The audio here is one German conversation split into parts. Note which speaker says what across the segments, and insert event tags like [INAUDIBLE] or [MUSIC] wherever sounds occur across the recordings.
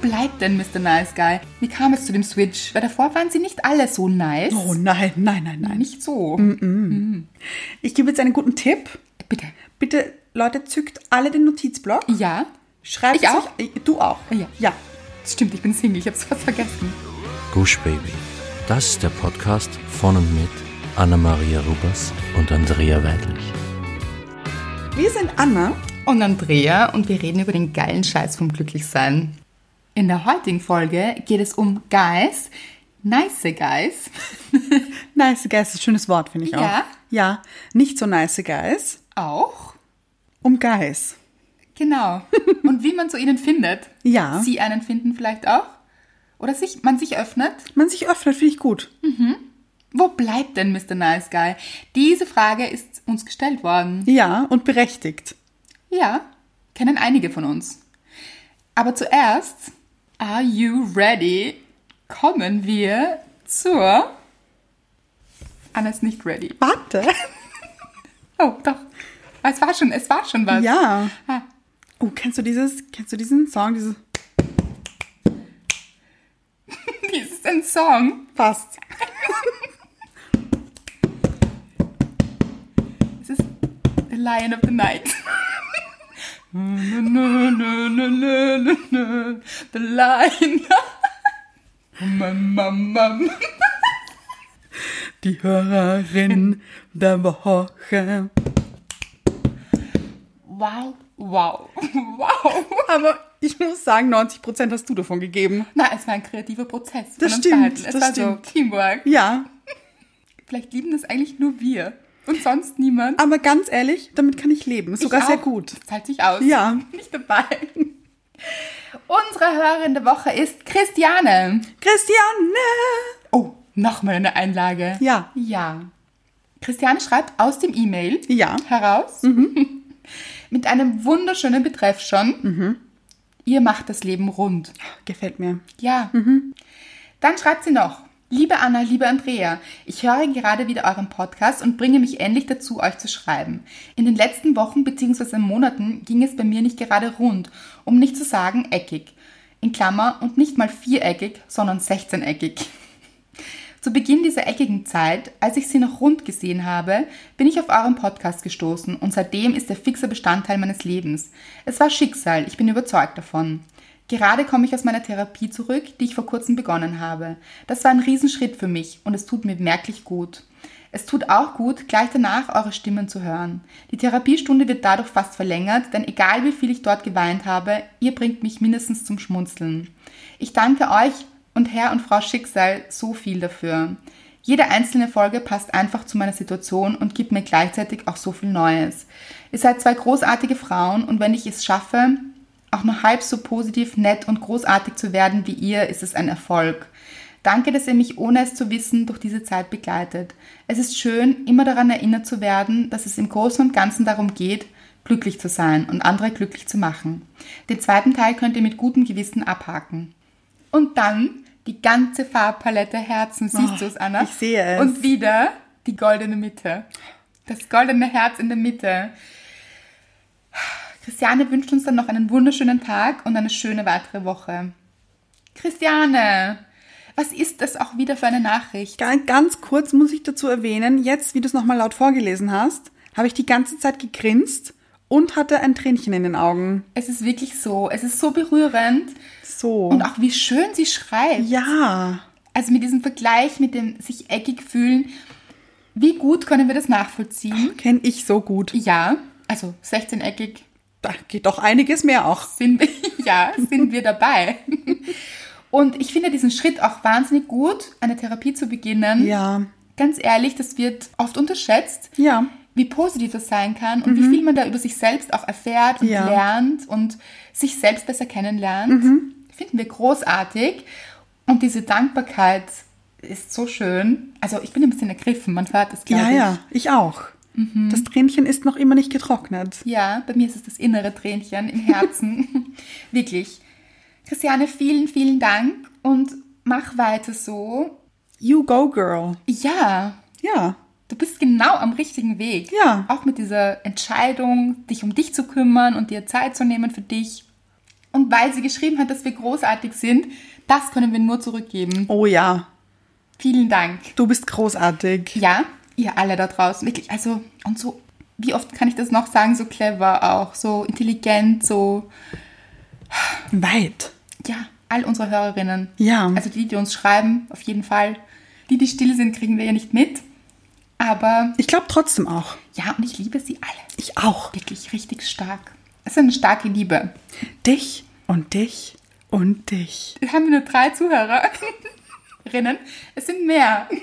Speaker 1: bleibt denn Mr. Nice Guy? Wie kam es zu dem Switch? Weil davor waren sie nicht alle so nice.
Speaker 2: Oh nein, nein, nein, nein.
Speaker 1: Nicht so.
Speaker 2: Ich gebe jetzt einen guten Tipp.
Speaker 1: Bitte.
Speaker 2: Bitte, Leute, zückt alle den Notizblock.
Speaker 1: Ja,
Speaker 2: Schreibt
Speaker 1: Ich auch?
Speaker 2: Sich, du auch.
Speaker 1: Ja.
Speaker 2: ja.
Speaker 1: stimmt, ich bin Single, ich hab's fast vergessen.
Speaker 3: Gush Baby. Das ist der Podcast von und mit Anna-Maria Rubers und Andrea Weidlich.
Speaker 2: Wir sind Anna.
Speaker 1: Und Andrea und wir reden über den geilen Scheiß vom Glücklichsein. In der heutigen Folge geht es um Guys, nice Guys. [LAUGHS]
Speaker 2: Nice Guys ist ein schönes Wort, finde ich auch.
Speaker 1: Ja?
Speaker 2: Ja. Nicht so nice Guys.
Speaker 1: Auch?
Speaker 2: Um Guys.
Speaker 1: Genau. Und wie man zu ihnen findet.
Speaker 2: Ja.
Speaker 1: Sie einen finden vielleicht auch. Oder sich, man sich öffnet.
Speaker 2: Man sich öffnet, finde ich gut.
Speaker 1: Wo bleibt denn Mr. Nice Guy? Diese Frage ist uns gestellt worden.
Speaker 2: Ja, und berechtigt.
Speaker 1: Ja, kennen einige von uns. Aber zuerst, are you ready? Kommen wir zur. Anna ist nicht ready.
Speaker 2: Warte.
Speaker 1: Oh, doch. Ah, Es war schon, es war schon was.
Speaker 2: Ja.
Speaker 1: Ah,
Speaker 2: Oh, kennst du dieses, kennst du diesen Song, dieses
Speaker 1: dies ist ein Song.
Speaker 2: Fast.
Speaker 1: Es ist The Lion of the Night. [LAUGHS] Na, na, na, na, na, na, na. The Lion. [LAUGHS] Mum, mum, mum.
Speaker 2: Die
Speaker 1: Hm.
Speaker 2: Hörerin der Woche.
Speaker 1: Wow, wow, wow.
Speaker 2: Aber ich muss sagen, 90% hast du davon gegeben.
Speaker 1: Na, es war ein kreativer Prozess. von
Speaker 2: Das
Speaker 1: uns
Speaker 2: stimmt,
Speaker 1: beiden. Es
Speaker 2: das
Speaker 1: war
Speaker 2: stimmt.
Speaker 1: so Teamwork.
Speaker 2: Ja.
Speaker 1: Vielleicht lieben das eigentlich nur wir und sonst niemand.
Speaker 2: Aber ganz ehrlich, damit kann ich leben. Ist Ah, sogar
Speaker 1: Ich
Speaker 2: sehr
Speaker 1: auch.
Speaker 2: gut.
Speaker 1: Das zahlt sich aus.
Speaker 2: Ja.
Speaker 1: [LAUGHS] Nicht dabei. Unsere Hörerin der Woche ist Christiane.
Speaker 2: Christiane!
Speaker 1: Oh, nochmal eine Einlage.
Speaker 2: Ja.
Speaker 1: Ja. Christiane schreibt aus dem E-Mail
Speaker 2: Ja. Mhm.
Speaker 1: heraus [LAUGHS] mit einem wunderschönen Betreff schon. Ihr macht das Leben rund.
Speaker 2: Gefällt mir.
Speaker 1: Ja. Dann schreibt sie noch. Liebe Anna, liebe Andrea, ich höre gerade wieder euren Podcast und bringe mich endlich dazu, euch zu schreiben. In den letzten Wochen bzw. Monaten ging es bei mir nicht gerade rund, um nicht zu sagen eckig. In Klammer und nicht mal viereckig, sondern 16-eckig. Zu Beginn dieser eckigen Zeit, als ich sie noch rund gesehen habe, bin ich auf euren Podcast gestoßen und seitdem ist er fixer Bestandteil meines Lebens. Es war Schicksal, ich bin überzeugt davon. Gerade komme ich aus meiner Therapie zurück, die ich vor kurzem begonnen habe. Das war ein Riesenschritt für mich und es tut mir merklich gut. Es tut auch gut, gleich danach eure Stimmen zu hören. Die Therapiestunde wird dadurch fast verlängert, denn egal wie viel ich dort geweint habe, ihr bringt mich mindestens zum Schmunzeln. Ich danke euch und Herr und Frau Schicksal so viel dafür. Jede einzelne Folge passt einfach zu meiner Situation und gibt mir gleichzeitig auch so viel Neues. Ihr seid zwei großartige Frauen und wenn ich es schaffe, auch nur halb so positiv, nett und großartig zu werden wie ihr, ist es ein Erfolg. Danke, dass ihr mich ohne es zu wissen durch diese Zeit begleitet. Es ist schön, immer daran erinnert zu werden, dass es im Großen und Ganzen darum geht, glücklich zu sein und andere glücklich zu machen. Den zweiten Teil könnt ihr mit gutem Gewissen abhaken. Und dann die ganze Farbpalette Herzen. Siehst
Speaker 2: Oh,
Speaker 1: du es, Anna?
Speaker 2: ich sehe es.
Speaker 1: Und wieder die goldene Mitte. Das goldene Herz in der Mitte. Christiane wünscht uns dann noch einen wunderschönen Tag und eine schöne weitere Woche. Christiane, was ist das auch wieder für eine Nachricht?
Speaker 2: Ga- Ganz kurz muss ich dazu erwähnen, jetzt, wie du es nochmal laut vorgelesen hast, habe ich die ganze Zeit gegrinst und hatte ein Tränchen in den Augen.
Speaker 1: Es ist wirklich so, es ist so berührend
Speaker 2: So.
Speaker 1: und auch wie schön sie schreibt.
Speaker 2: ja.
Speaker 1: Also mit diesem Vergleich, mit dem sich eckig fühlen, wie gut können wir das nachvollziehen?
Speaker 2: Kenne ich so gut.
Speaker 1: Ja, also 16-eckig
Speaker 2: Da geht doch einiges mehr auch.
Speaker 1: sind wir, [LAUGHS] ja, sind wir dabei. Und ich finde diesen Schritt auch wahnsinnig gut, eine Therapie zu beginnen.
Speaker 2: Ja.
Speaker 1: Ganz ehrlich, das wird oft unterschätzt,
Speaker 2: Ja.
Speaker 1: wie positiv das sein kann und wie viel man da über sich selbst auch erfährt und
Speaker 2: Mhm. Ja.
Speaker 1: lernt und sich selbst besser kennenlernt.
Speaker 2: Mhm.
Speaker 1: Finden wir großartig. Und diese Dankbarkeit ist so schön. Also ich bin ein bisschen ergriffen, man hört das, glaube
Speaker 2: Ja,
Speaker 1: ich.
Speaker 2: ja. Ich auch. Das Tränchen ist noch immer nicht getrocknet.
Speaker 1: Ja, bei mir ist es das innere Tränchen im Herzen. [LAUGHS] Wirklich. Christiane, vielen, vielen Dank und mach weiter so.
Speaker 2: You go, girl.
Speaker 1: Ja,
Speaker 2: Ja.
Speaker 1: du bist genau am richtigen Weg.
Speaker 2: Ja.
Speaker 1: Auch mit dieser Entscheidung, dich um dich zu kümmern und dir Zeit zu nehmen für dich. Und weil sie geschrieben hat, dass wir großartig sind, das können wir nur zurückgeben.
Speaker 2: Oh ja,
Speaker 1: Vielen Dank.
Speaker 2: du bist großartig.
Speaker 1: Ja, ihr alle da draußen, wirklich, also, und so, wie oft kann ich das noch sagen, so clever auch, so intelligent, so,
Speaker 2: Weit.
Speaker 1: ja, all unsere Hörerinnen.
Speaker 2: Ja.
Speaker 1: Also die, die uns schreiben, auf jeden Fall. Die, die still sind, kriegen wir ja nicht mit. Aber
Speaker 2: Ich glaube trotzdem auch.
Speaker 1: ja, und ich liebe sie alle.
Speaker 2: Ich auch.
Speaker 1: Wirklich richtig stark. Es ist eine starke Liebe.
Speaker 2: Dich und dich und dich.
Speaker 1: Jetzt haben wir nur drei [LAUGHS] Zuhörerinnen. Es sind mehr. [LAUGHS]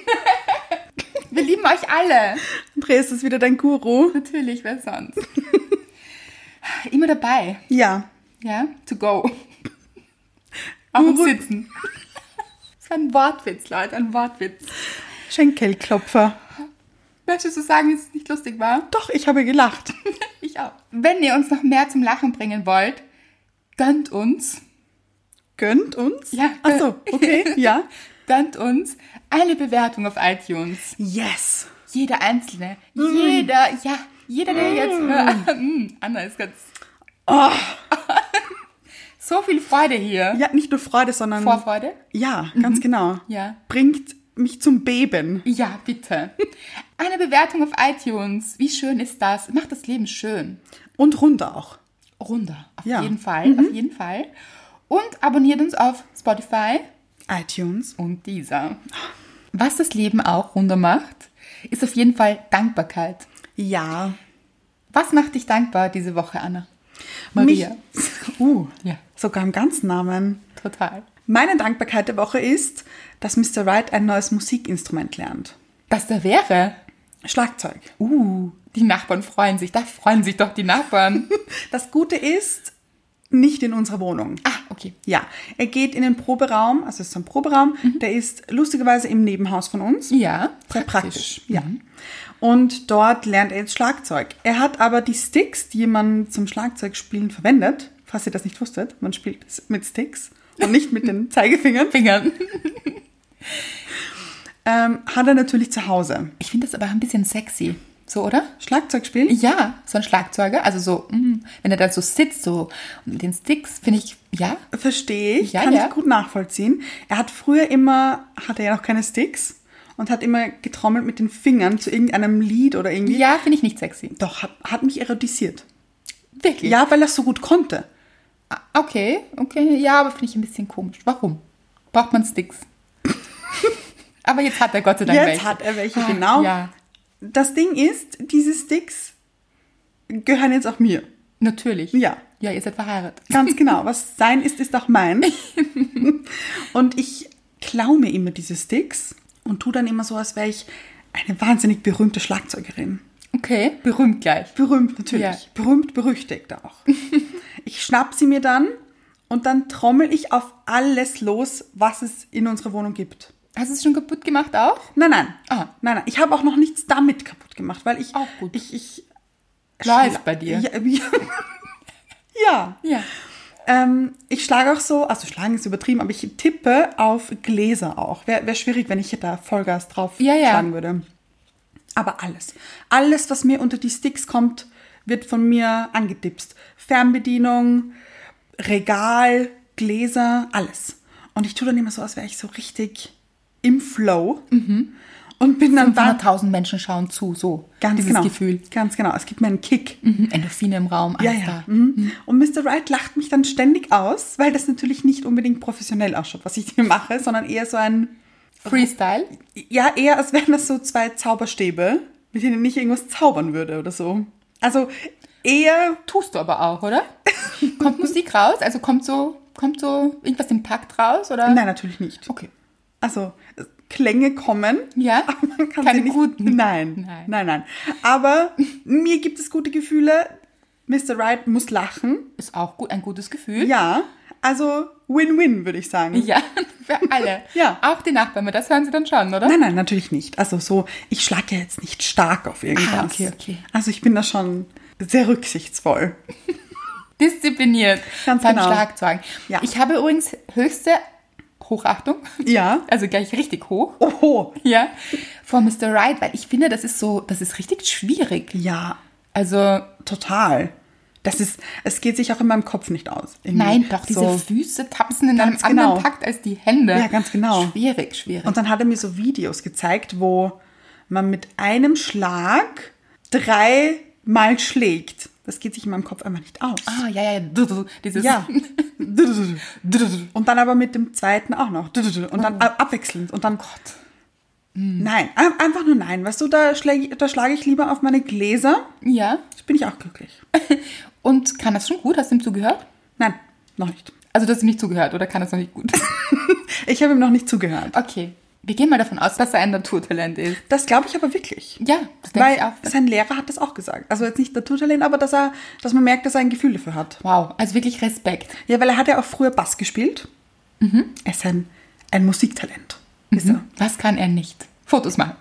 Speaker 1: Wir lieben euch alle.
Speaker 2: Andrea ist wieder dein Guru.
Speaker 1: Natürlich, wer sonst? [LAUGHS] Immer dabei.
Speaker 2: Ja.
Speaker 1: Ja, to go. Auch im
Speaker 2: Guru-
Speaker 1: Sitzen. [LAUGHS] Das war ein Wortwitz, Leute, ein Wortwitz.
Speaker 2: Schenkelklopfer.
Speaker 1: Möchtest du sagen, dass es nicht lustig war?
Speaker 2: Doch, ich habe gelacht.
Speaker 1: Ich auch. Wenn ihr uns noch mehr zum Lachen bringen wollt, gönnt uns,
Speaker 2: Gönnt uns?
Speaker 1: Ja.
Speaker 2: Ach so, [LAUGHS] okay, ja.
Speaker 1: gönnt uns eine Bewertung auf iTunes.
Speaker 2: Yes.
Speaker 1: Jeder einzelne,
Speaker 2: Mm.
Speaker 1: jeder, ja, jeder, der jetzt hört. Mm, Anna ist ganz. [LAUGHS] so viel Freude hier.
Speaker 2: Ah. Ja, nicht nur Freude, sondern...
Speaker 1: Vorfreude?
Speaker 2: Ja, ganz genau.
Speaker 1: Ja.
Speaker 2: Bringt mich zum Beben.
Speaker 1: Ja, bitte. Eine Bewertung auf iTunes. Wie schön ist das? Macht das Leben schön.
Speaker 2: Und runter auch.
Speaker 1: Runder. Auf
Speaker 2: Ja. Mhm.
Speaker 1: jeden Fall. Auf jeden Fall. Und abonniert uns auf Spotify
Speaker 2: iTunes.
Speaker 1: und dieser. Was das Leben auch runder macht, ist auf jeden Fall Dankbarkeit.
Speaker 2: Ja.
Speaker 1: Was macht dich dankbar diese Woche, Anna? Maria.
Speaker 2: Mich, uh,
Speaker 1: Ja.
Speaker 2: sogar im ganzen Namen.
Speaker 1: Total.
Speaker 2: Meine Dankbarkeit der Woche ist, dass Mr. Wright ein neues Musikinstrument lernt.
Speaker 1: Das da wäre.
Speaker 2: Schlagzeug.
Speaker 1: Uh, die Nachbarn freuen sich. Da freuen sich doch die
Speaker 2: [LAUGHS]
Speaker 1: Nachbarn.
Speaker 2: Das Gute ist, nicht in unserer Wohnung.
Speaker 1: ah, okay.
Speaker 2: Ja, er geht in den Proberaum, also es ist so ein Proberaum, der ist lustigerweise im Nebenhaus von uns.
Speaker 1: Mhm. Ja, Mhm.
Speaker 2: Sehr praktisch. Ja. Und dort lernt er jetzt Schlagzeug. Er hat aber die Sticks, die man zum Schlagzeugspielen verwendet, falls ihr das nicht wusstet, man spielt s- mit Sticks und nicht
Speaker 1: [LAUGHS]
Speaker 2: mit den Zeigefingern,
Speaker 1: Fingern.
Speaker 2: ähm, hat er natürlich zu Hause.
Speaker 1: Ich finde das aber ein bisschen sexy. So, oder?
Speaker 2: Schlagzeug spielen?
Speaker 1: Ja, so ein Schlagzeuger. Also so, mm, wenn er da so sitzt, so mit den Sticks, finde ich, ja.
Speaker 2: Verstehe ich,
Speaker 1: Ja,
Speaker 2: kann
Speaker 1: ja.
Speaker 2: ich gut nachvollziehen. Er hat früher immer, hatte ja noch keine Sticks und hat immer getrommelt mit den Fingern zu irgendeinem Lied oder irgendwie.
Speaker 1: Ja, finde ich nicht sexy.
Speaker 2: Doch, hat, hat mich erotisiert.
Speaker 1: Wirklich?
Speaker 2: Ja, weil er es so gut konnte.
Speaker 1: Ah, Okay, okay. Ja, aber finde ich ein bisschen komisch. Warum? Braucht man
Speaker 2: [LAUGHS]
Speaker 1: Sticks? aber jetzt hat er Gott sei Dank
Speaker 2: Jetzt
Speaker 1: welche.
Speaker 2: hat er welche,
Speaker 1: Ah,
Speaker 2: genau.
Speaker 1: Ja,
Speaker 2: Das Ding ist, diese Sticks gehören jetzt auch mir.
Speaker 1: natürlich.
Speaker 2: Ja.
Speaker 1: Ja, ihr seid verheiratet. [LAUGHS]
Speaker 2: Ganz genau. Was sein ist, ist auch mein. Und ich klaue mir immer diese Sticks und tue dann immer so, als wäre ich eine wahnsinnig berühmte Schlagzeugerin.
Speaker 1: Okay, berühmt gleich.
Speaker 2: Berühmt natürlich.
Speaker 1: Ja.
Speaker 2: Berühmt, berüchtigt
Speaker 1: [LAUGHS]
Speaker 2: auch. Ich schnapp sie mir dann und dann trommel ich auf alles los, was es in unserer Wohnung gibt.
Speaker 1: Hast du es schon kaputt gemacht auch?
Speaker 2: Nein, nein.
Speaker 1: Ah.
Speaker 2: Nein, nein. Ich habe auch noch nichts damit kaputt gemacht, weil ich.
Speaker 1: Auch gut.
Speaker 2: Ich, ich
Speaker 1: Läuft bei dir.
Speaker 2: Ja. ja. [LAUGHS] ja.
Speaker 1: Ja.
Speaker 2: Ähm, ich schlage auch so, also schlagen ist übertrieben, aber ich tippe auf Gläser auch. Wäre wär schwierig, wenn ich hier da Vollgas drauf
Speaker 1: Ja, ja.
Speaker 2: schlagen würde. Aber alles. Alles, was mir unter die Sticks kommt, wird von mir angedipst. Fernbedienung, Regal, Gläser, alles. Und ich tue dann immer so, als wäre ich so richtig im Flow.
Speaker 1: Mhm.
Speaker 2: Und bin dann da.
Speaker 1: 100.000 Menschen schauen zu, so.
Speaker 2: Ganz
Speaker 1: Dieses
Speaker 2: genau.
Speaker 1: Gefühl.
Speaker 2: Ganz genau. Es gibt mir einen Kick.
Speaker 1: Mhm, Endorphine im Raum,
Speaker 2: Ja,
Speaker 1: alles da.
Speaker 2: ja. Mhm. Und Mr. Wright lacht mich dann ständig aus, weil das natürlich nicht unbedingt professionell ausschaut, was ich [LAUGHS] hier mache, sondern eher so ein,
Speaker 1: Freestyle.
Speaker 2: ja, eher als wären das so zwei Zauberstäbe, mit denen ich irgendwas zaubern würde oder so. Also eher,
Speaker 1: Tust du aber auch,
Speaker 2: [LAUGHS]
Speaker 1: oder? kommt Musik raus? Also kommt so, kommt so irgendwas im Takt raus? Oder?
Speaker 2: nein, natürlich nicht.
Speaker 1: Okay.
Speaker 2: Also Klänge kommen.
Speaker 1: Ja?
Speaker 2: [LAUGHS] aber man kann
Speaker 1: Keine
Speaker 2: sie nicht,
Speaker 1: guten.
Speaker 2: Nein,
Speaker 1: Nein.
Speaker 2: nein, nein, Aber mir gibt es gute Gefühle. Mr. Wright muss lachen.
Speaker 1: Ist auch gut, ein gutes Gefühl.
Speaker 2: Ja, also Win-Win, würde ich sagen.
Speaker 1: Ja, [LAUGHS] für alle.
Speaker 2: Ja.
Speaker 1: Auch die Nachbarn, weil das hören sie dann schon, oder?
Speaker 2: Nein, nein, natürlich nicht. Also so, ich schlage ja jetzt nicht stark auf irgendwas.
Speaker 1: Ah, okay, okay.
Speaker 2: Also ich bin da schon sehr rücksichtsvoll.
Speaker 1: Diszipliniert
Speaker 2: Ganz
Speaker 1: beim
Speaker 2: genau.
Speaker 1: Schlagzeugen.
Speaker 2: Ja.
Speaker 1: Ich habe übrigens höchste Hochachtung.
Speaker 2: Ja. Oh,
Speaker 1: Also gleich richtig hoch.
Speaker 2: Oho.
Speaker 1: Ja. Vor Mr. Right, weil ich finde, das ist so, das ist richtig schwierig.
Speaker 2: Ja,
Speaker 1: Also,
Speaker 2: total. Das ist, es geht sich auch in meinem Kopf nicht aus. Irgendwie
Speaker 1: Nein, doch, diese
Speaker 2: so.
Speaker 1: Füße tapsen in einem
Speaker 2: Ganz genau.
Speaker 1: anderen Takt als die Hände.
Speaker 2: Ja, ganz genau.
Speaker 1: Schwierig, schwierig.
Speaker 2: Und dann hat er mir so Videos gezeigt, wo man mit einem Schlag dreimal schlägt. Das geht sich in meinem Kopf einfach nicht aus.
Speaker 1: ah, ja, ja, ja. du, [LAUGHS] du, Dieses
Speaker 2: Ja.
Speaker 1: du.
Speaker 2: Und dann aber mit dem zweiten auch noch. Und
Speaker 1: Oh.
Speaker 2: dann ab- abwechselnd. Und dann, Gott. Nein, ein- einfach nur nein. Weißt du, da schlage, da schlage ich lieber auf meine Gläser.
Speaker 1: Ja.
Speaker 2: Ich bin ich auch glücklich.
Speaker 1: Und kann das schon gut? Hast du ihm zugehört?
Speaker 2: Nein, noch nicht.
Speaker 1: Also, du hast ihm nicht zugehört oder kann das noch nicht
Speaker 2: [LAUGHS]
Speaker 1: gut?
Speaker 2: Ich habe ihm noch nicht zugehört.
Speaker 1: Okay. Wir gehen mal davon aus, dass er ein Naturtalent ist.
Speaker 2: Das glaube ich aber wirklich.
Speaker 1: Ja, das denke
Speaker 2: Weil
Speaker 1: ich auch.
Speaker 2: sein Lehrer hat das auch gesagt. Also jetzt nicht der Tutelin, aber dass er, dass man merkt, dass er ein Gefühl dafür hat.
Speaker 1: Wow, also wirklich Respekt.
Speaker 2: Ja, weil er hat ja auch früher Bass gespielt.
Speaker 1: Mhm.
Speaker 2: Er ist ein, ein Musiktalent. Ist er.
Speaker 1: Was kann er nicht? Fotos
Speaker 2: [LAUGHS]
Speaker 1: machen.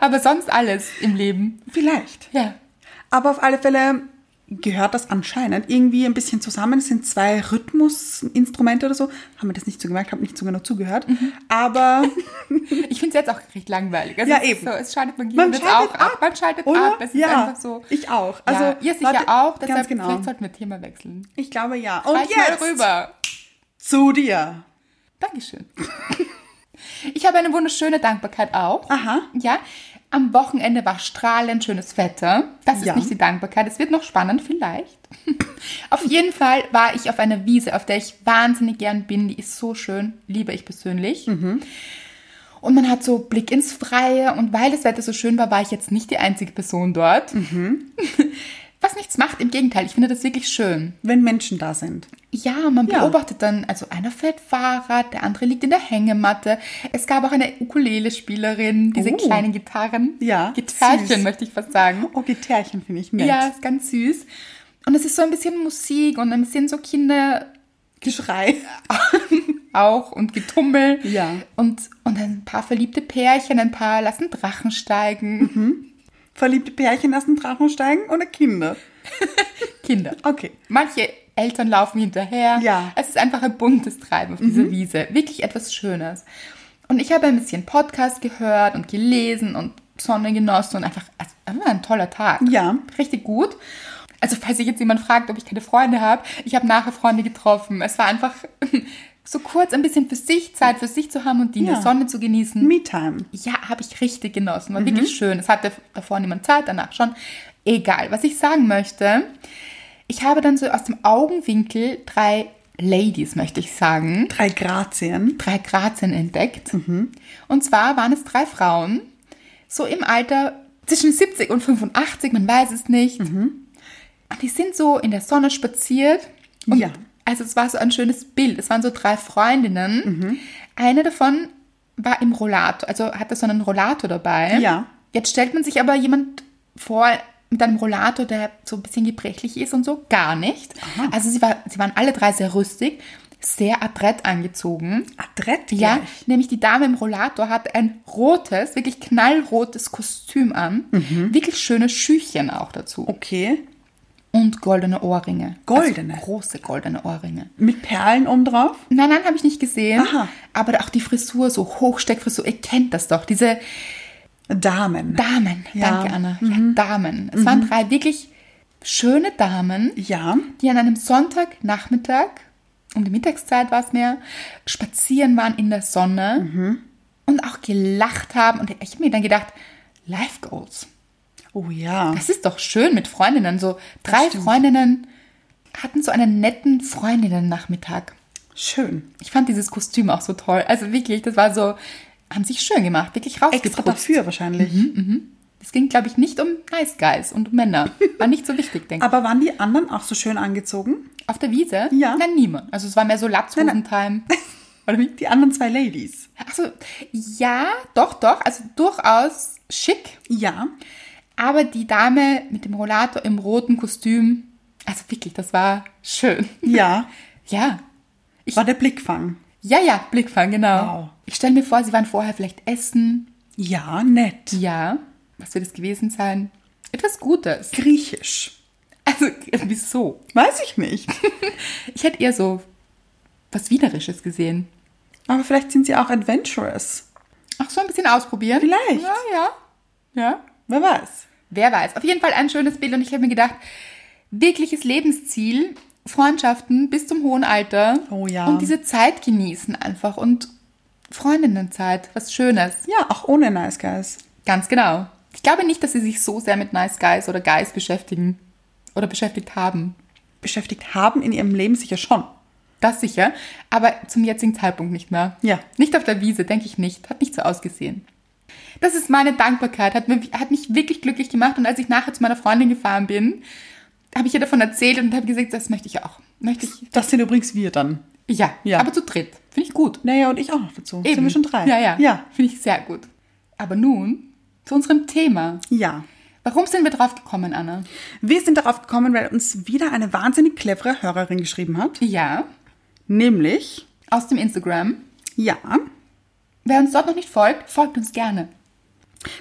Speaker 1: Aber sonst alles im Leben.
Speaker 2: Vielleicht.
Speaker 1: Ja.
Speaker 2: Aber auf alle Fälle gehört das anscheinend irgendwie ein bisschen zusammen. Es sind zwei Rhythmusinstrumente oder so. Haben wir das nicht so gemerkt, habe nicht so genau zugehört.
Speaker 1: Mhm. [LAUGHS]
Speaker 2: Aber
Speaker 1: Ich finde es jetzt auch recht langweilig. Also
Speaker 2: Ja,
Speaker 1: es ist
Speaker 2: eben.
Speaker 1: So, es schaltet, man,
Speaker 2: Man
Speaker 1: man schaltet
Speaker 2: schaltet
Speaker 1: auch ab.
Speaker 2: ab,
Speaker 1: Man schaltet
Speaker 2: oder?
Speaker 1: ab. Es ist
Speaker 2: Ja,
Speaker 1: einfach so.
Speaker 2: ich auch.
Speaker 1: Also,
Speaker 2: Also,
Speaker 1: ja, ihr sicher
Speaker 2: Leute,
Speaker 1: auch.
Speaker 2: ganz
Speaker 1: Deshalb
Speaker 2: genau.
Speaker 1: Vielleicht sollten wir Thema wechseln.
Speaker 2: ich glaube ja. Und
Speaker 1: Reicht
Speaker 2: jetzt
Speaker 1: mal rüber.
Speaker 2: zu dir.
Speaker 1: Dankeschön. [LAUGHS] ich habe eine wunderschöne Dankbarkeit auch.
Speaker 2: Aha.
Speaker 1: Ja. Am Wochenende war strahlend schönes Wetter. Das ist
Speaker 2: Ja.
Speaker 1: nicht die Dankbarkeit. Es wird noch spannend vielleicht. [LAUGHS] auf jeden Fall war ich auf einer Wiese, auf der ich wahnsinnig gern bin. Die ist so schön. Liebe ich persönlich.
Speaker 2: Mhm.
Speaker 1: Und man hat so Blick ins Freie. Und weil das Wetter so schön war, war ich jetzt nicht die einzige Person dort.
Speaker 2: Mhm.
Speaker 1: [LAUGHS] Was nichts macht, im Gegenteil. Ich finde das wirklich schön.
Speaker 2: Wenn Menschen da sind.
Speaker 1: Ja, man
Speaker 2: Ja.
Speaker 1: beobachtet dann, also einer fährt Fahrrad, der andere liegt in der Hängematte. Es gab auch eine Ukulele-Spielerin, diese
Speaker 2: Oh.
Speaker 1: kleinen Gitarren.
Speaker 2: Ja,
Speaker 1: Gitarchen,
Speaker 2: süß.
Speaker 1: möchte ich fast sagen.
Speaker 2: Oh, Gitarchen finde ich nett.
Speaker 1: Ja, ist ganz süß. Und es ist so ein bisschen Musik und ein bisschen so Kinder
Speaker 2: Geschrei.
Speaker 1: auch und Getummel.
Speaker 2: Ja.
Speaker 1: Und, und ein paar verliebte Pärchen, ein paar lassen Drachen steigen.
Speaker 2: Mhm. Verliebte Pärchen lassen Drachen steigen oder Kinder?
Speaker 1: Kinder.
Speaker 2: Okay.
Speaker 1: Manche Eltern laufen hinterher.
Speaker 2: Ja. Mhm.
Speaker 1: Es ist einfach ein buntes Treiben auf dieser Wiese. Wirklich etwas Schönes. Und ich habe ein bisschen Podcast gehört und gelesen und Sonne genossen und einfach, also, einfach ein toller Tag.
Speaker 2: Ja.
Speaker 1: Richtig gut. Also, falls sich jetzt jemand fragt, ob ich keine Freunde habe, ich habe nachher Freunde getroffen. Es war einfach [LAUGHS] so kurz ein bisschen für sich, Zeit für sich zu haben und die in
Speaker 2: Ja.
Speaker 1: der Sonne zu genießen.
Speaker 2: Me-Time.
Speaker 1: Ja, habe ich richtig genossen. War wirklich schön. Es hatte davor niemand Zeit, danach schon. Egal. Was ich sagen möchte, ich habe dann so aus dem Augenwinkel drei Ladies, möchte ich sagen,
Speaker 2: Drei Grazien.
Speaker 1: drei Grazien entdeckt. Und zwar waren es drei Frauen, so im Alter zwischen 70 und 85, man weiß es nicht. Und die sind so in der Sonne spaziert. Und
Speaker 2: Ja.
Speaker 1: Also es war so ein schönes Bild. Es waren so drei Freundinnen.
Speaker 2: Mhm.
Speaker 1: Eine davon war im Rollator, also hatte so einen Rollator dabei.
Speaker 2: Ja.
Speaker 1: Jetzt stellt man sich aber jemand vor mit einem Rollator, der so ein bisschen gebrechlich ist und so gar nicht. Also sie, war, sie waren alle drei sehr rüstig, sehr adrett angezogen.
Speaker 2: Adrett?
Speaker 1: Ja, nämlich die Dame im Rollator hat ein rotes, wirklich knallrotes Kostüm an.
Speaker 2: Mhm.
Speaker 1: Wirklich schöne Schüchchen auch dazu.
Speaker 2: Okay.
Speaker 1: Und goldene Ohrringe.
Speaker 2: Goldene?
Speaker 1: Also große goldene Ohrringe.
Speaker 2: Mit Perlen oben drauf?
Speaker 1: Nein, nein, habe ich nicht gesehen.
Speaker 2: Aha.
Speaker 1: Aber auch die Frisur, so Hochsteckfrisur, ihr kennt das doch. Diese
Speaker 2: Damen.
Speaker 1: Damen.
Speaker 2: Ja. Mhm.
Speaker 1: Danke, Anna. Ja, Damen. Es waren drei wirklich schöne Damen,
Speaker 2: ja.
Speaker 1: die an einem Sonntagnachmittag, um die Mittagszeit war es mehr, spazieren waren in der Sonne
Speaker 2: Mhm.
Speaker 1: und auch gelacht haben. Und ich habe mir dann gedacht, Life Goals.
Speaker 2: Oh ja.
Speaker 1: Das ist doch schön mit Freundinnen. So drei
Speaker 2: stimmt.
Speaker 1: Freundinnen hatten so einen netten Freundinnen-Nachmittag.
Speaker 2: Schön.
Speaker 1: Ich fand dieses Kostüm auch so toll. Also wirklich, das war so, haben sich schön gemacht, wirklich
Speaker 2: Extra
Speaker 1: rausgeputzt.
Speaker 2: dafür wahrscheinlich.
Speaker 1: Es ging, glaube ich, nicht um Nice Guys und um Männer. War nicht so wichtig, denke ich.
Speaker 2: Aber waren die anderen auch so schön angezogen?
Speaker 1: Auf der Wiese?
Speaker 2: Ja.
Speaker 1: Nein, niemand. Also es war mehr so Latzhosen-Time. Oder wie?
Speaker 2: Die anderen zwei Ladies.
Speaker 1: Achso, ja, doch, doch. Also durchaus schick.
Speaker 2: Ja.
Speaker 1: Aber die Dame mit dem Rollator im roten Kostüm, also wirklich, das war schön. [LAUGHS]
Speaker 2: Ja.
Speaker 1: Ja,
Speaker 2: War der Blickfang.
Speaker 1: ja, ja, Blickfang, genau.
Speaker 2: Wow.
Speaker 1: Ich stelle mir vor, sie waren vorher vielleicht essen.
Speaker 2: Ja, nett.
Speaker 1: Ja, was wird es gewesen sein? Etwas Gutes.
Speaker 2: Griechisch.
Speaker 1: Also, wieso?
Speaker 2: Weiß ich nicht.
Speaker 1: Ich hätte eher so was Wienerisches gesehen.
Speaker 2: Aber vielleicht sind sie auch adventurous.
Speaker 1: Ach, so ein bisschen ausprobieren.
Speaker 2: Vielleicht.
Speaker 1: Ja, ja. Ja.
Speaker 2: Wer weiß.
Speaker 1: Wer weiß. Auf jeden Fall ein schönes Bild und ich habe mir gedacht, wirkliches Lebensziel, Freundschaften bis zum hohen Alter.
Speaker 2: Oh ja.
Speaker 1: Und diese Zeit genießen einfach und Freundinnenzeit, was Schönes.
Speaker 2: Ja, auch ohne Nice Guys.
Speaker 1: Ganz genau. Ich glaube nicht, dass sie sich so sehr mit Nice Guys oder Guys beschäftigen oder beschäftigt haben.
Speaker 2: Beschäftigt haben in ihrem Leben sicher schon.
Speaker 1: Das sicher, aber zum jetzigen Zeitpunkt nicht mehr.
Speaker 2: Ja.
Speaker 1: Nicht auf der Wiese, denke ich nicht. Hat nicht so ausgesehen. Das ist meine Dankbarkeit. Hat, mir, hat mich wirklich glücklich gemacht. Und als ich nachher zu meiner Freundin gefahren bin, habe ich ihr davon erzählt und habe gesagt, das möchte ich auch. Möchte ich.
Speaker 2: Das sind übrigens wir dann.
Speaker 1: Ja,
Speaker 2: Ja.
Speaker 1: aber zu dritt. Finde ich gut.
Speaker 2: Naja, und ich auch noch dazu. Sind wir schon drei?
Speaker 1: Ja, ja.
Speaker 2: Ja.
Speaker 1: Finde ich sehr gut. Aber nun zu unserem Thema.
Speaker 2: Ja.
Speaker 1: Warum sind wir drauf gekommen, Anna?
Speaker 2: Wir sind darauf gekommen, weil uns wieder eine wahnsinnig clevere Hörerin geschrieben hat.
Speaker 1: Ja,
Speaker 2: Nämlich,
Speaker 1: aus dem Instagram.
Speaker 2: ja,
Speaker 1: Wer uns dort noch nicht folgt, folgt uns gerne.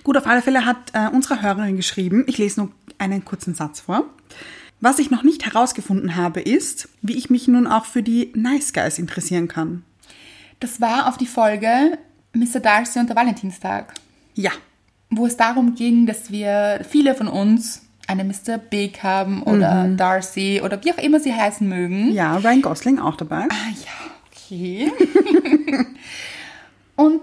Speaker 2: Gut, auf alle Fälle hat äh, unsere Hörerin geschrieben, ich lese nur einen kurzen Satz vor. Was ich noch nicht herausgefunden habe, ist, wie ich mich nun auch für die Nice Guys interessieren kann.
Speaker 1: Das war auf die Folge Mr. Darcy und der Valentinstag,
Speaker 2: Ja,
Speaker 1: wo es darum ging, dass wir viele von uns eine Mr. Big haben oder Darcy oder wie auch immer sie heißen mögen.
Speaker 2: Mhm. ja, Ryan Gosling auch dabei.
Speaker 1: Ah ja, okay. [LAUGHS] und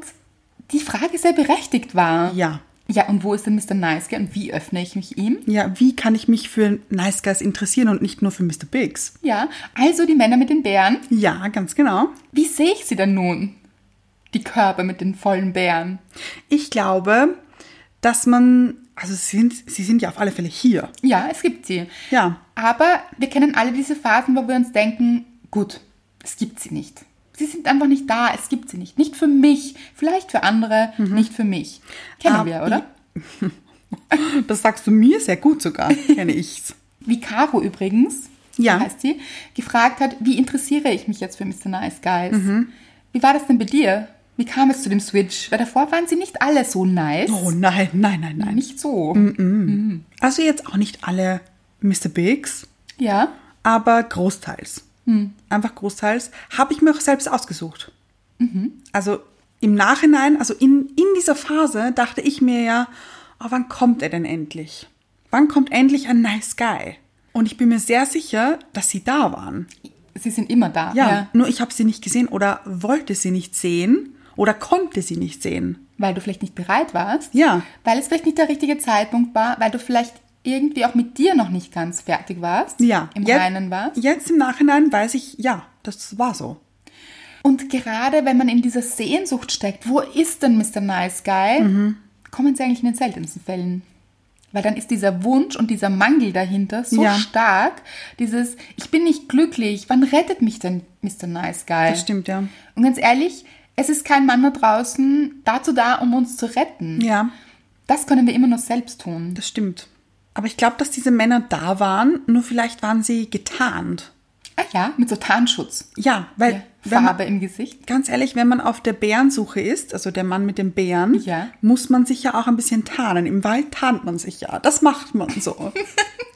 Speaker 1: die Frage sehr berechtigt war.
Speaker 2: Ja,
Speaker 1: Ja, und wo ist denn Mr. Nice Guy und wie öffne ich mich ihm?
Speaker 2: ja, wie kann ich mich für Nice Guys interessieren und nicht nur für Mr. Biggs?
Speaker 1: Ja, also die Männer mit den Bären.
Speaker 2: Ja, ganz genau.
Speaker 1: Wie sehe ich sie denn nun? Die Körper mit den vollen Bären.
Speaker 2: Ich glaube, dass man, also sie sind, sie sind ja auf alle Fälle hier.
Speaker 1: Ja, es gibt sie.
Speaker 2: Ja,
Speaker 1: Aber wir kennen alle diese Phasen, wo wir uns denken, gut, es gibt sie nicht. Sie sind einfach nicht da, es gibt sie nicht. Nicht für mich, vielleicht für andere, nicht für mich. Kennen
Speaker 2: Mhm. Ah,
Speaker 1: wir, oder?
Speaker 2: das sagst du mir sehr gut sogar, kenne ich's.
Speaker 1: Wie Caro übrigens,
Speaker 2: Ja.
Speaker 1: so heißt sie, gefragt hat, wie interessiere ich mich jetzt für Mr. Nice Guys?
Speaker 2: Mhm.
Speaker 1: Wie war das denn bei dir? Wie kam es zu dem Switch? Weil davor waren sie nicht alle so nice.
Speaker 2: [LAUGHS] Oh nein, nein, nein, Mhm. nein.
Speaker 1: Nicht so.
Speaker 2: Also jetzt auch nicht alle Mr. Biggs,
Speaker 1: Ja.
Speaker 2: aber großteils. Einfach großteils. Habe ich mir auch selbst ausgesucht. Also im Nachhinein, also in, in dieser Phase dachte ich mir ja, oh, wann kommt er denn endlich? Wann kommt endlich ein Nice Guy? Und ich bin mir sehr sicher, dass sie da waren.
Speaker 1: Sie sind immer da.
Speaker 2: Ja, nur ich habe sie nicht gesehen oder wollte sie nicht sehen oder konnte sie nicht sehen.
Speaker 1: Weil du vielleicht nicht bereit warst.
Speaker 2: Ja.
Speaker 1: Weil es vielleicht nicht der richtige Zeitpunkt war, weil du vielleicht irgendwie auch mit dir noch nicht ganz fertig warst.
Speaker 2: Ja,
Speaker 1: Im
Speaker 2: jetzt-
Speaker 1: Reinen warst.
Speaker 2: Jetzt im Nachhinein weiß ich, ja, das war so.
Speaker 1: Und gerade wenn man in dieser Sehnsucht steckt, wo ist denn Mr. Nice Guy,
Speaker 2: Mhm.
Speaker 1: kommen sie eigentlich in den seltensten Fällen. Weil dann ist dieser Wunsch und dieser Mangel dahinter so
Speaker 2: Ja.
Speaker 1: stark, dieses Ich bin nicht glücklich, wann rettet mich denn Mr. Nice Guy?
Speaker 2: Das stimmt, ja.
Speaker 1: Und ganz ehrlich, es ist kein Mann da draußen dazu da, um uns zu retten.
Speaker 2: Ja.
Speaker 1: Das können wir immer nur selbst tun.
Speaker 2: Das stimmt. Aber ich glaube, dass diese Männer da waren, nur vielleicht waren sie getarnt.
Speaker 1: Ah ja, mit so Tarnschutz.
Speaker 2: Ja, weil
Speaker 1: Ja,
Speaker 2: wenn man,
Speaker 1: Farbe im Gesicht.
Speaker 2: ganz ehrlich, wenn man auf der Bärensuche ist, also der Mann mit dem Bären,
Speaker 1: Ja.
Speaker 2: muss man sich ja auch ein bisschen tarnen. Im Wald tarnt man sich ja. Das macht man
Speaker 1: [LAUGHS]
Speaker 2: so.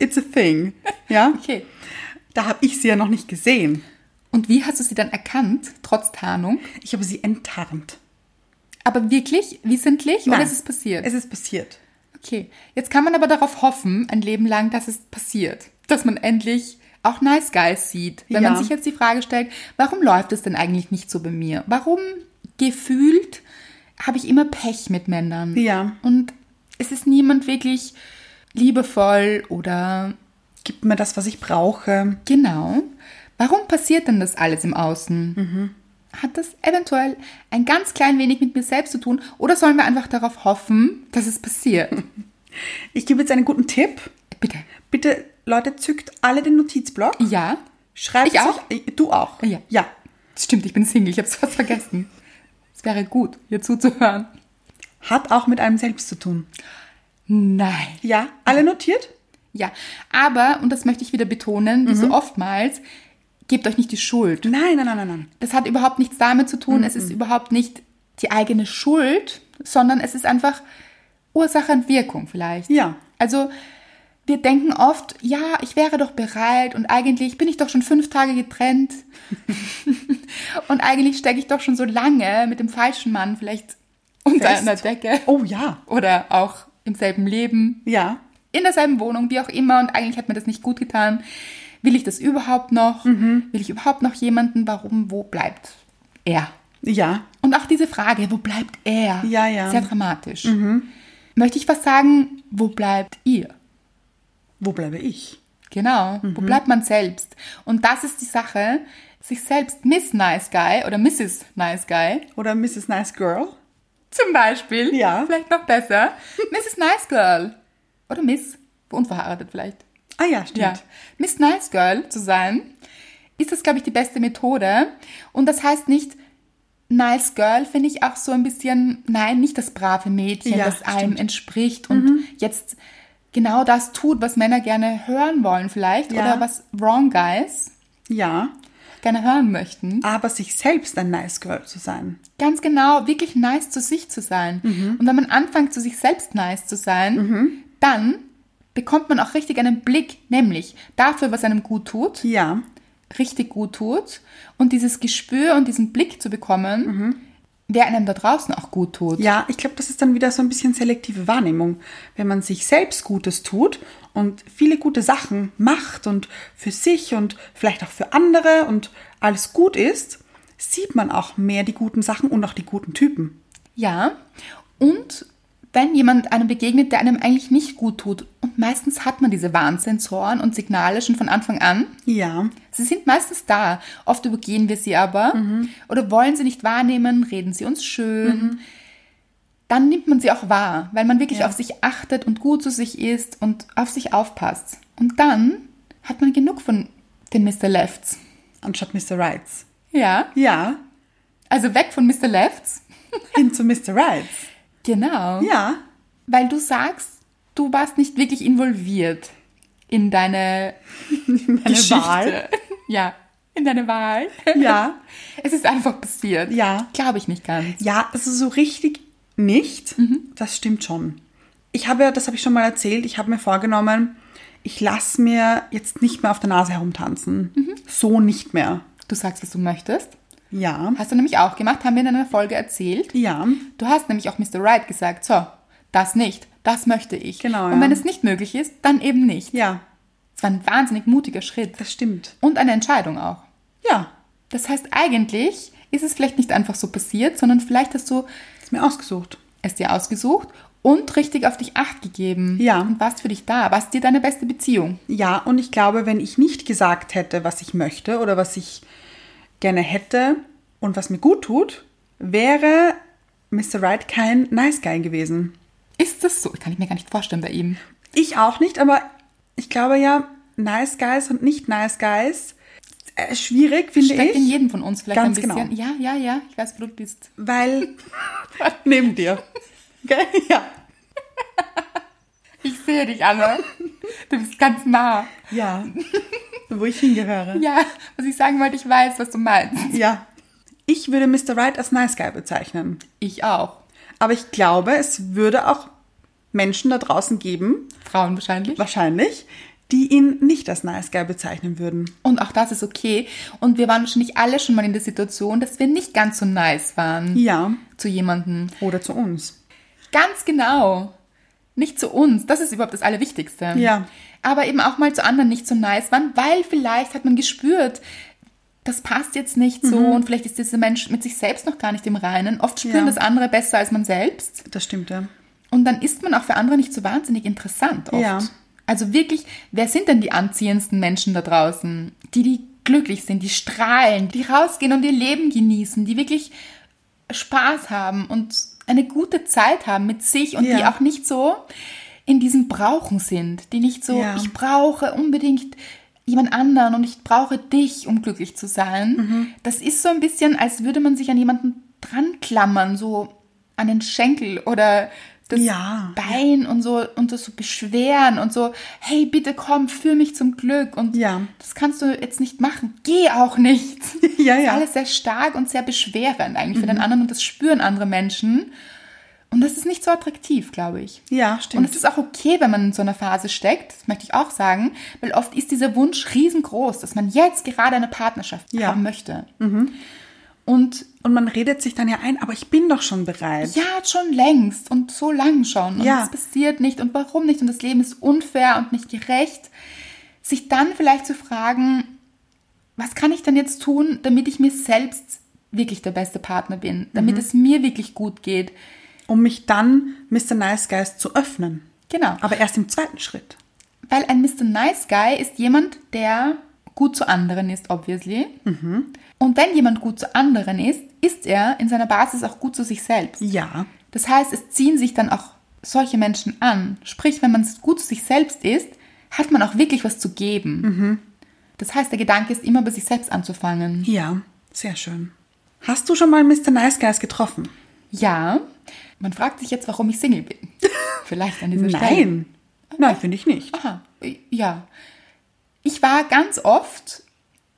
Speaker 2: It's a thing. Ja?
Speaker 1: Okay.
Speaker 2: Da habe ich sie ja noch nicht gesehen.
Speaker 1: Und wie hast du sie dann erkannt, trotz Tarnung?
Speaker 2: Ich habe sie enttarnt.
Speaker 1: Aber wirklich, wissentlich,
Speaker 2: Nein.
Speaker 1: oder ist es passiert?
Speaker 2: Es ist passiert.
Speaker 1: okay. Jetzt kann man aber darauf hoffen, ein Leben lang, dass es passiert. Dass man endlich auch Nice Guys sieht. Wenn
Speaker 2: Ja.
Speaker 1: man sich jetzt die Frage stellt, warum läuft es denn eigentlich nicht so bei mir? Warum gefühlt habe ich immer Pech mit Männern?
Speaker 2: Ja.
Speaker 1: Und es ist niemand wirklich liebevoll oder
Speaker 2: Gib mir das, was ich brauche.
Speaker 1: Genau. Warum passiert denn das alles im Außen? Hat das eventuell ein ganz klein wenig mit mir selbst zu tun oder sollen wir einfach darauf hoffen, dass es passiert?
Speaker 2: Ich gebe jetzt einen guten Tipp.
Speaker 1: Bitte.
Speaker 2: Bitte, Leute, zückt alle den Notizblock.
Speaker 1: Ja,
Speaker 2: Schreibt
Speaker 1: Ich auch?
Speaker 2: Sich, du auch.
Speaker 1: Ja.
Speaker 2: ja.
Speaker 1: das stimmt, ich bin Single, ich habe es fast vergessen. Es wäre gut, hier zuzuhören.
Speaker 2: Hat auch mit einem selbst zu tun.
Speaker 1: Nein.
Speaker 2: Ja, alle notiert?
Speaker 1: Ja, aber, und das möchte ich wieder betonen, wie so oftmals, gebt euch nicht die Schuld.
Speaker 2: Nein, nein, nein, nein, nein.
Speaker 1: Das hat überhaupt nichts damit zu tun. Es ist
Speaker 2: Mhm.
Speaker 1: überhaupt nicht die eigene Schuld, sondern es ist einfach Ursache und Wirkung vielleicht.
Speaker 2: Ja.
Speaker 1: Also wir denken oft, ja, ich wäre doch bereit und eigentlich bin ich doch schon fünf Tage
Speaker 2: [LAUGHS]
Speaker 1: getrennt und eigentlich stecke ich doch schon so lange mit dem falschen Mann vielleicht unter
Speaker 2: Fest.
Speaker 1: einer Decke
Speaker 2: Oh ja,
Speaker 1: oder auch im selben Leben.
Speaker 2: ja.
Speaker 1: in derselben Wohnung, wie auch immer, und eigentlich hat mir das nicht gut getan. Will ich das überhaupt noch?
Speaker 2: Mhm.
Speaker 1: Will ich überhaupt noch jemanden? Warum? Wo bleibt er?
Speaker 2: Ja,
Speaker 1: Und auch diese Frage, wo bleibt er?
Speaker 2: Ja, ja. Mhm.
Speaker 1: Sehr dramatisch. Möchte ich was sagen, wo bleibt ihr?
Speaker 2: wo bleibe ich?
Speaker 1: Genau, wo
Speaker 2: Mhm.
Speaker 1: bleibt man selbst? Und das ist die Sache, sich selbst Miss Nice Guy oder Mrs. Nice Guy
Speaker 2: Oder Mrs. Nice Girl?
Speaker 1: zum Beispiel,
Speaker 2: Ja.
Speaker 1: vielleicht noch besser, [LAUGHS] Mrs. Nice Girl oder Miss, unverheiratet vielleicht.
Speaker 2: Ah ja, stimmt.
Speaker 1: Ja. Miss Nice Girl zu sein, ist das, glaube ich, die beste Methode. Und das heißt nicht, Nice Girl finde ich auch so ein bisschen, nein, nicht das brave Mädchen,
Speaker 2: Ja,
Speaker 1: das einem
Speaker 2: stimmt. Mhm.
Speaker 1: entspricht und jetzt genau das tut, was Männer gerne hören wollen vielleicht
Speaker 2: Ja.
Speaker 1: oder was Wrong Guys
Speaker 2: Ja,
Speaker 1: gerne hören möchten.
Speaker 2: aber sich selbst ein Nice Girl zu sein.
Speaker 1: Ganz genau, wirklich nice zu sich zu sein.
Speaker 2: Mhm.
Speaker 1: Und wenn man anfängt, zu sich selbst nice zu sein, dann bekommt man auch richtig einen Blick, nämlich dafür, was einem gut tut,
Speaker 2: Ja,
Speaker 1: richtig gut tut und dieses Gespür und diesen Blick zu bekommen, wer einem da draußen auch gut tut.
Speaker 2: ja, ich glaube, das ist dann wieder so ein bisschen selektive Wahrnehmung. Wenn man sich selbst Gutes tut und viele gute Sachen macht und für sich und vielleicht auch für andere und alles gut ist, sieht man auch mehr die guten Sachen und auch die guten Typen.
Speaker 1: Ja. Und wenn jemand einem begegnet, der einem eigentlich nicht gut tut, und meistens hat man diese Warnsensoren und Signale schon von Anfang an,
Speaker 2: Ja,
Speaker 1: sie sind meistens da. Oft übergehen wir sie aber
Speaker 2: Mhm.
Speaker 1: oder wollen sie nicht wahrnehmen, reden sie uns schön. Dann nimmt man sie auch wahr, weil man wirklich
Speaker 2: Ja.
Speaker 1: auf sich achtet und gut zu sich ist und auf sich aufpasst. Und dann hat man genug von den Mr. Lefts.
Speaker 2: anstatt Mr. Rights.
Speaker 1: Ja,
Speaker 2: Ja,
Speaker 1: also weg von Mr. Lefts.
Speaker 2: hin zu Mr. Rights.
Speaker 1: Genau.
Speaker 2: Ja,
Speaker 1: Weil du sagst, du warst nicht wirklich involviert in deine
Speaker 2: eine
Speaker 1: Geschichte.
Speaker 2: Wahl.
Speaker 1: [LAUGHS] Ja, in deine Wahl.
Speaker 2: Ja.
Speaker 1: Es ist einfach passiert.
Speaker 2: Ja.
Speaker 1: Glaube ich nicht ganz.
Speaker 2: Ja, also so richtig nicht. Das stimmt schon. Ich habe, ja, das habe ich schon mal erzählt, ich habe mir vorgenommen, ich lasse mir jetzt nicht mehr auf der Nase herumtanzen. So nicht mehr.
Speaker 1: Du sagst, was du möchtest.
Speaker 2: Ja.
Speaker 1: Hast du nämlich auch gemacht, haben wir in einer Folge erzählt.
Speaker 2: Ja.
Speaker 1: Du hast nämlich auch Mr. Right gesagt, so, das nicht, das möchte ich.
Speaker 2: Genau,
Speaker 1: Und
Speaker 2: ja.
Speaker 1: wenn es nicht möglich ist, dann eben nicht.
Speaker 2: Ja,
Speaker 1: Es war ein wahnsinnig mutiger Schritt.
Speaker 2: das stimmt.
Speaker 1: Und eine Entscheidung auch.
Speaker 2: Ja,
Speaker 1: Das heißt, eigentlich ist es vielleicht nicht einfach so passiert, sondern vielleicht hast du
Speaker 2: ist mir ausgesucht.
Speaker 1: es dir ausgesucht und richtig auf dich acht gegeben.
Speaker 2: Ja.
Speaker 1: Und warst für dich da, warst dir deine beste Beziehung.
Speaker 2: Ja, und ich glaube, wenn ich nicht gesagt hätte, was ich möchte oder was ich gerne hätte und was mir gut tut, wäre Mr. Right kein Nice Guy gewesen.
Speaker 1: Ist das so? Kann ich mir gar nicht vorstellen bei ihm.
Speaker 2: Ich auch nicht, aber ich glaube ja, Nice Guys und nicht Nice Guys, äh, schwierig finde
Speaker 1: Steckt in
Speaker 2: ich,
Speaker 1: jedem von uns vielleicht
Speaker 2: Ganz
Speaker 1: ein bisschen.
Speaker 2: genau.
Speaker 1: Ja, ja, ja, ich weiß, wo du bist.
Speaker 2: weil neben dir. Okay? Ja.
Speaker 1: Ich sehe dich, Anna. Du bist ganz nah.
Speaker 2: Ja. [LAUGHS] Wo ich hingehöre.
Speaker 1: Ja, was ich sagen wollte, ich weiß, was du meinst.
Speaker 2: Ja. Ich würde Mr. Right als Nice Guy bezeichnen.
Speaker 1: Ich auch.
Speaker 2: Aber ich glaube, es würde auch Menschen da draußen geben,
Speaker 1: Frauen wahrscheinlich.
Speaker 2: wahrscheinlich, die ihn nicht als Nice Guy bezeichnen würden.
Speaker 1: Und auch das ist okay. Und wir waren wahrscheinlich alle schon mal in der Situation, dass wir nicht ganz so nice waren
Speaker 2: Ja.
Speaker 1: zu jemandem.
Speaker 2: Oder zu uns.
Speaker 1: Ganz genau. Nicht zu uns. Das ist überhaupt das Allerwichtigste.
Speaker 2: Ja.
Speaker 1: Aber eben auch mal zu anderen nicht so nice waren, weil vielleicht hat man gespürt, das passt jetzt nicht so und vielleicht ist dieser Mensch mit sich selbst noch gar nicht im Reinen. Oft spüren
Speaker 2: Mhm. Ja.
Speaker 1: das andere besser als man selbst.
Speaker 2: Das stimmt, ja.
Speaker 1: Und dann ist man auch für andere nicht so wahnsinnig interessant oft.
Speaker 2: Ja.
Speaker 1: Also wirklich, wer sind denn die anziehendsten Menschen da draußen? Die, die glücklich sind, die strahlen, die rausgehen und ihr Leben genießen, die wirklich Spaß haben und eine gute Zeit haben mit sich und
Speaker 2: Ja.
Speaker 1: die auch nicht so in diesem Brauchen sind, die nicht so,
Speaker 2: Ja.
Speaker 1: ich brauche unbedingt jemand anderen und ich brauche dich, um glücklich zu sein.
Speaker 2: Mhm.
Speaker 1: Das ist so ein bisschen, als würde man sich an jemanden dran klammern, so an den Schenkel oder das
Speaker 2: Ja.
Speaker 1: Bein und so und das so beschweren und so, hey, bitte komm, führ mich zum Glück und
Speaker 2: Ja.
Speaker 1: das kannst du jetzt nicht machen. Geh auch nicht.
Speaker 2: [LAUGHS] Ja,
Speaker 1: Das ist
Speaker 2: ja. Mhm.
Speaker 1: alles sehr stark und sehr beschwerend eigentlich für den anderen und das spüren andere Menschen. Und das ist nicht so attraktiv, glaube ich.
Speaker 2: Ja,
Speaker 1: Und
Speaker 2: stimmt.
Speaker 1: es ist auch okay, wenn man in so einer Phase steckt, das möchte ich auch sagen, weil oft ist dieser Wunsch riesengroß, dass man jetzt gerade eine Partnerschaft
Speaker 2: Ja. Mhm.
Speaker 1: haben möchte. Und
Speaker 2: Und man redet sich dann ja ein, aber ich bin doch schon bereit.
Speaker 1: ja, schon längst und so lang schon. Und
Speaker 2: Ja.
Speaker 1: es passiert nicht und warum nicht und das Leben ist unfair und nicht gerecht. Sich dann vielleicht zu fragen, was kann ich denn jetzt tun, damit ich mir selbst wirklich der beste Partner bin, damit es mir wirklich gut geht.
Speaker 2: Um mich dann Mr. Nice Guys zu öffnen.
Speaker 1: Genau.
Speaker 2: Aber erst im zweiten Schritt.
Speaker 1: Weil ein Mr. Nice Guy ist jemand, der gut zu anderen ist, obviously. Und wenn jemand gut zu anderen ist, ist er in seiner Basis auch gut zu sich selbst.
Speaker 2: Ja.
Speaker 1: Das heißt, es ziehen sich dann auch solche Menschen an. Sprich, wenn man gut zu sich selbst ist, hat man auch wirklich was zu geben. Das heißt, der Gedanke ist immer bei sich selbst anzufangen.
Speaker 2: Ja, sehr schön. Hast du schon mal Mr. Nice Guys getroffen?
Speaker 1: Ja, man fragt sich jetzt, warum ich Single bin. Vielleicht an dieser Stelle.
Speaker 2: Nein. Nein, finde ich nicht.
Speaker 1: Aha, ja. Ich war ganz oft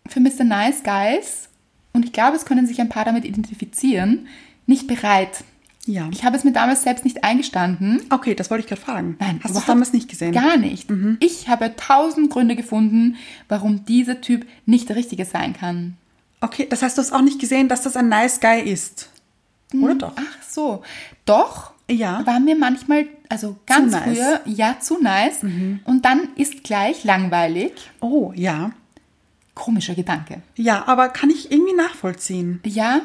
Speaker 1: für Mr. Nice Guys, und ich glaube, es können sich ein paar damit identifizieren, nicht bereit.
Speaker 2: Ja.
Speaker 1: Ich habe es mir damals selbst nicht eingestanden.
Speaker 2: Okay, das wollte ich gerade fragen.
Speaker 1: Nein,
Speaker 2: Hast du es
Speaker 1: überhaupt
Speaker 2: damals nicht gesehen? Mhm.
Speaker 1: Gar nicht. Ich habe tausend Gründe gefunden, warum dieser Typ nicht der Richtige sein kann.
Speaker 2: Okay, das heißt, du hast auch nicht gesehen, dass das ein Nice Guy ist. Oder doch?
Speaker 1: Hm, Ach so. Doch
Speaker 2: Ja.
Speaker 1: war mir manchmal, also ganz
Speaker 2: nice. Mhm.
Speaker 1: früher, ja, zu nice. Und dann ist gleich langweilig.
Speaker 2: Oh, ja.
Speaker 1: Komischer Gedanke.
Speaker 2: Ja, aber kann ich irgendwie nachvollziehen.
Speaker 1: Ja,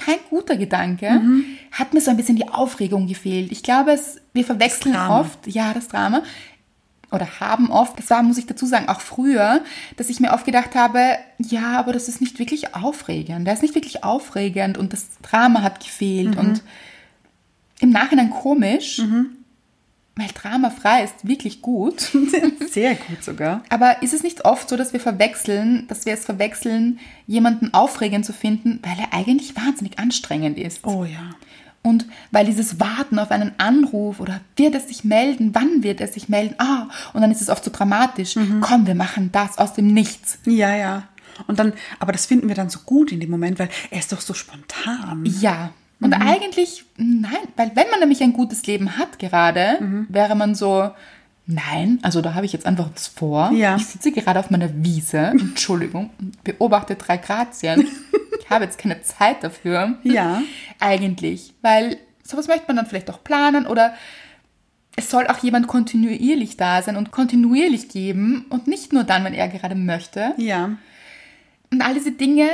Speaker 1: kein guter Gedanke.
Speaker 2: Mhm.
Speaker 1: Hat mir so ein bisschen die Aufregung gefehlt. Ich glaube, es, wir verwechseln
Speaker 2: Das Drama.
Speaker 1: oft, ja, das Drama. Oder haben oft, das war, muss ich dazu sagen, auch früher, dass ich mir oft gedacht habe, ja, aber das ist nicht wirklich aufregend. Der ist nicht wirklich aufregend und das Drama hat gefehlt
Speaker 2: Mhm.
Speaker 1: und im Nachhinein komisch, weil Drama frei ist wirklich
Speaker 2: [LAUGHS]
Speaker 1: gut.
Speaker 2: [LAUGHS] Sehr gut sogar.
Speaker 1: Aber ist es nicht oft so, dass wir verwechseln, dass wir es verwechseln, jemanden aufregend zu finden, weil er eigentlich wahnsinnig anstrengend ist?
Speaker 2: Oh ja.
Speaker 1: Und weil dieses Warten auf einen Anruf oder wird es sich melden, wann wird es sich melden? Ah, und dann ist es oft so dramatisch. Komm, wir machen das aus dem Nichts.
Speaker 2: Ja, ja. Und dann, aber das finden wir dann so gut in dem Moment, weil er ist doch so spontan.
Speaker 1: Ja. Und
Speaker 2: Mhm.
Speaker 1: eigentlich, nein, weil wenn man nämlich ein gutes Leben hat gerade,
Speaker 2: Mhm.
Speaker 1: wäre man so, nein, also da habe ich jetzt einfach was vor.
Speaker 2: Ja.
Speaker 1: Ich sitze gerade auf meiner
Speaker 2: [LAUGHS]
Speaker 1: Wiese, Entschuldigung, und beobachte drei Grazien. ich habe jetzt keine Zeit dafür.
Speaker 2: Ja.
Speaker 1: Eigentlich, weil sowas möchte man dann vielleicht auch planen oder es soll auch jemand kontinuierlich da sein und kontinuierlich geben und nicht nur dann, wenn er gerade möchte.
Speaker 2: Ja.
Speaker 1: Und all diese Dinge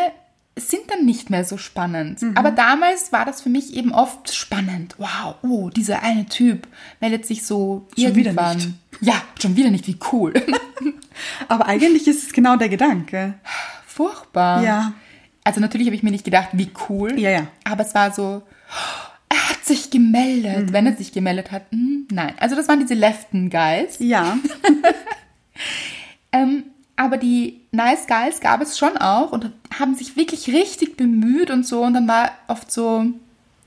Speaker 1: sind dann nicht mehr so spannend.
Speaker 2: Mhm.
Speaker 1: Aber damals war das für mich eben oft spannend. Wow, oh, dieser eine Typ meldet sich so
Speaker 2: Schon wieder
Speaker 1: irgendwann.
Speaker 2: nicht.
Speaker 1: Ja, schon wieder nicht, wie
Speaker 2: [LAUGHS]
Speaker 1: cool.
Speaker 2: Aber eigentlich ist es genau der Gedanke.
Speaker 1: Furchtbar.
Speaker 2: Ja.
Speaker 1: Also natürlich habe ich mir nicht gedacht, wie cool.
Speaker 2: Ja, ja.
Speaker 1: Aber es war so, er hat sich
Speaker 2: Mhm.
Speaker 1: gemeldet. Wenn er sich gemeldet hat, hm, nein. Also das waren diese Leften Guys.
Speaker 2: Ja.
Speaker 1: Ähm, aber die Nice Guys gab es schon auch und haben sich wirklich richtig bemüht und so. Und dann war oft so,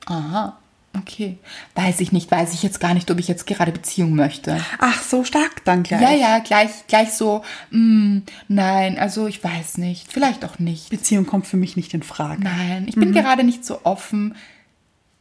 Speaker 1: aha, okay. Weiß ich nicht, weiß ich jetzt gar nicht, ob ich jetzt gerade Beziehung möchte.
Speaker 2: Ach, so stark dann gleich.
Speaker 1: Ja, ja, gleich, gleich so, mm, nein, also ich weiß nicht, vielleicht auch nicht.
Speaker 2: Beziehung kommt für mich nicht in Frage.
Speaker 1: Nein, ich
Speaker 2: Mhm.
Speaker 1: bin gerade nicht so offen.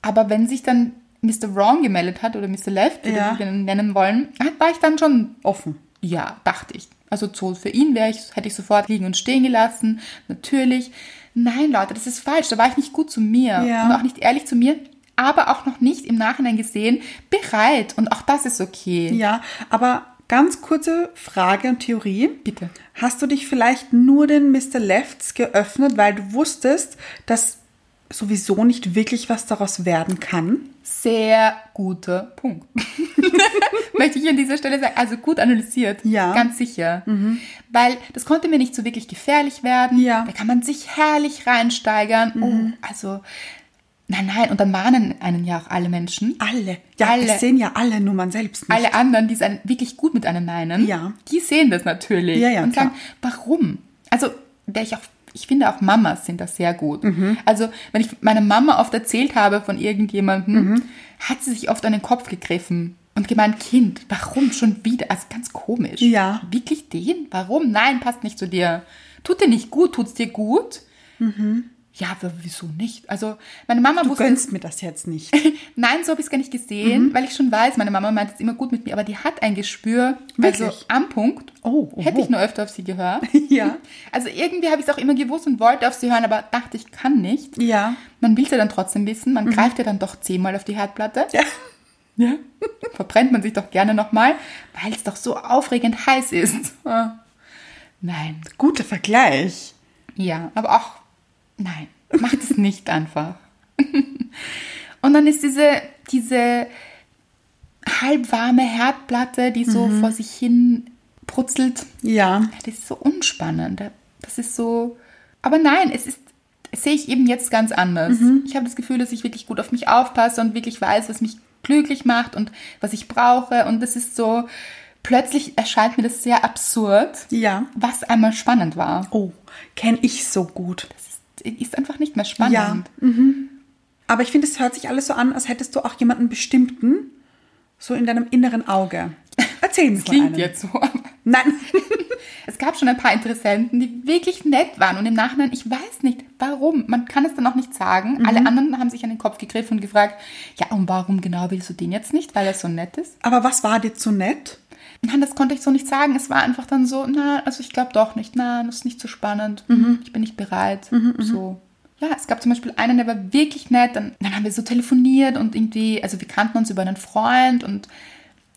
Speaker 1: Aber wenn sich dann Mr. Wrong gemeldet hat oder Mr. Left, wie
Speaker 2: Ja.
Speaker 1: wir ihn nennen wollen, war ich dann schon
Speaker 2: Offen.
Speaker 1: ja, dachte ich. Also so für ihn wäre ich, hätte ich sofort liegen und stehen gelassen. Natürlich. Nein, Leute, das ist falsch. Da war ich nicht gut zu mir
Speaker 2: Ja.
Speaker 1: und auch nicht ehrlich zu mir, aber auch noch nicht im Nachhinein gesehen bereit. Und auch das ist okay.
Speaker 2: Ja, aber ganz kurze Frage und Theorie.
Speaker 1: Bitte.
Speaker 2: Hast du dich vielleicht nur den Mr. Lefts geöffnet, weil du wusstest, dass sowieso nicht wirklich was daraus werden kann?
Speaker 1: Sehr guter Punkt. [LAUGHS] Möchte ich an dieser Stelle sagen. Also gut analysiert.
Speaker 2: Ja. Mhm.
Speaker 1: Ganz sicher. Weil das konnte mir nicht so wirklich gefährlich werden.
Speaker 2: Ja. Mhm.
Speaker 1: Da kann man sich herrlich reinsteigern. Oh, also. Nein, nein. Und dann warnen einen ja auch alle Menschen.
Speaker 2: Alle. Ja,
Speaker 1: Alle.
Speaker 2: es sehen ja alle Nummern selbst nicht.
Speaker 1: alle anderen, die es ein- wirklich gut mit einem meinen,
Speaker 2: Ja.
Speaker 1: die sehen das natürlich
Speaker 2: Ja, ja,
Speaker 1: und sagen,
Speaker 2: klar.
Speaker 1: warum? Also, wäre ich auch, ich finde auch Mamas sind das sehr gut.
Speaker 2: Mhm.
Speaker 1: Also, wenn ich meiner Mama oft erzählt habe von irgendjemandem,
Speaker 2: Mhm.
Speaker 1: hat sie sich oft an den Kopf gegriffen und gemeint, Kind, warum schon wieder? Also ganz komisch.
Speaker 2: Ja.
Speaker 1: Wirklich den? Warum? Nein, passt nicht zu dir. Tut dir nicht gut, tut's dir gut? Ja, w- wieso nicht? Also meine Mama
Speaker 2: Mhm. Du
Speaker 1: wusste
Speaker 2: gönnst mir das jetzt nicht. [LAUGHS]
Speaker 1: [LAUGHS] Nein, so habe ich es gar nicht
Speaker 2: Mhm.
Speaker 1: gesehen, weil ich schon weiß, meine Mama meint es immer gut mit mir, aber die hat ein Gespür. Also
Speaker 2: Wirklich?
Speaker 1: am Punkt.
Speaker 2: Oh, oho.
Speaker 1: Hätte ich nur öfter auf sie gehört.
Speaker 2: [LAUGHS] Ja.
Speaker 1: Also irgendwie habe ich es auch immer gewusst und wollte auf sie hören, aber dachte, ich kann nicht.
Speaker 2: Ja. Mhm.
Speaker 1: Man will es ja dann trotzdem wissen, man greift ja dann doch zehnmal auf die Herdplatte.
Speaker 2: Ja.
Speaker 1: Ja. Verbrennt man sich doch gerne nochmal, weil es doch so aufregend heiß ist. Ah. Nein.
Speaker 2: Guter Vergleich.
Speaker 1: Ja, aber auch, nein, macht es [LAUGHS] nicht einfach. Und dann ist diese, diese halbwarme Herdplatte, die so vor sich hin brutzelt,
Speaker 2: Ja.
Speaker 1: das ist so unspannend. Das ist so, aber nein, es ist, das sehe ich eben jetzt ganz anders. Ich habe das Gefühl, dass ich wirklich gut auf mich aufpasse und wirklich weiß, was mich glücklich macht und was ich brauche. Und das ist so, plötzlich erscheint mir das sehr absurd,
Speaker 2: Ja.
Speaker 1: was einmal spannend war
Speaker 2: Oh, kenne ich so gut.
Speaker 1: ist einfach nicht mehr spannend.
Speaker 2: Ja. Aber ich finde, es hört sich alles so an, als hättest du auch jemanden bestimmten, so in deinem inneren Auge. Erzähl mir von
Speaker 1: Klingt
Speaker 2: einem.
Speaker 1: jetzt so. aber
Speaker 2: Nein.
Speaker 1: [LAUGHS]
Speaker 2: [LAUGHS]
Speaker 1: Es gab schon ein paar Interessenten, die wirklich nett waren und im Nachhinein, ich weiß nicht, warum. Man kann es dann auch nicht sagen. Alle anderen haben sich an den Kopf gegriffen und gefragt, ja, und warum genau willst du den jetzt nicht, weil er so nett ist?
Speaker 2: Aber was war dir zu nett?
Speaker 1: Nein, das konnte ich so nicht sagen. Es war einfach dann so, na, also ich glaube doch nicht, na, das ist nicht so spannend, ich bin nicht bereit, so. Ja, es gab zum Beispiel einen, der war wirklich nett, dann, dann haben wir so telefoniert und irgendwie, also wir kannten uns über einen Freund und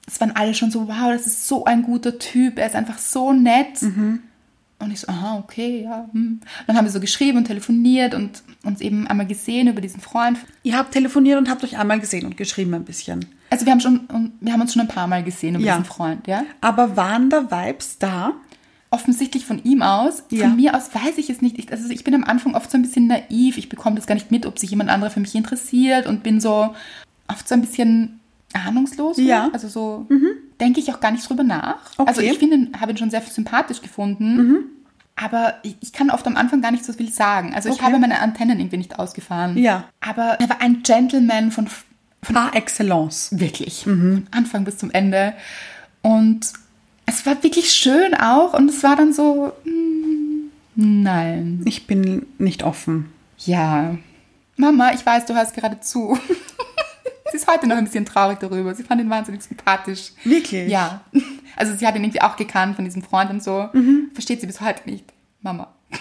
Speaker 1: es waren alle schon so, wow, das ist so ein guter Typ, er ist einfach so nett. Und ich so, aha, okay, ja. Hm. Dann haben wir so geschrieben und telefoniert und uns eben einmal gesehen über diesen Freund.
Speaker 2: Ihr habt telefoniert und habt euch einmal gesehen und geschrieben ein bisschen.
Speaker 1: Also wir haben schon, und wir haben uns schon ein paar Mal gesehen über
Speaker 2: Ja.
Speaker 1: diesen Freund, ja.
Speaker 2: Aber waren da Vibes da?
Speaker 1: offensichtlich von ihm aus.
Speaker 2: Ja.
Speaker 1: Von mir aus weiß ich es nicht. Ich, also ich bin am Anfang oft so ein bisschen naiv. Ich bekomme das gar nicht mit, ob sich jemand anderer für mich interessiert und bin so oft so ein bisschen ahnungslos.
Speaker 2: Ja. Mhm.
Speaker 1: Also so denke ich auch gar nicht drüber nach.
Speaker 2: Okay. Mhm.
Speaker 1: Also ich finde, ihn- habe ihn schon sehr sympathisch gefunden. Aber ich, ich kann oft am Anfang gar nicht so viel sagen. Also ich
Speaker 2: Okay.
Speaker 1: habe meine Antennen irgendwie nicht ausgefahren.
Speaker 2: Ja.
Speaker 1: Aber er war ein Gentleman von
Speaker 2: Par excellence.
Speaker 1: Wirklich.
Speaker 2: Mhm.
Speaker 1: Von Anfang bis zum Ende. Und es war wirklich schön auch. Und es war dann so, mm, nein.
Speaker 2: Ich bin nicht offen.
Speaker 1: Ja. Mama, ich weiß, du hörst gerade zu. [LAUGHS] sie ist heute noch ein bisschen traurig darüber. Sie fand ihn wahnsinnig sympathisch.
Speaker 2: Wirklich?
Speaker 1: Ja. Also sie hat ihn irgendwie auch gekannt von diesem Freund und so.
Speaker 2: Mhm.
Speaker 1: Versteht sie bis heute nicht. Mama. [LAUGHS]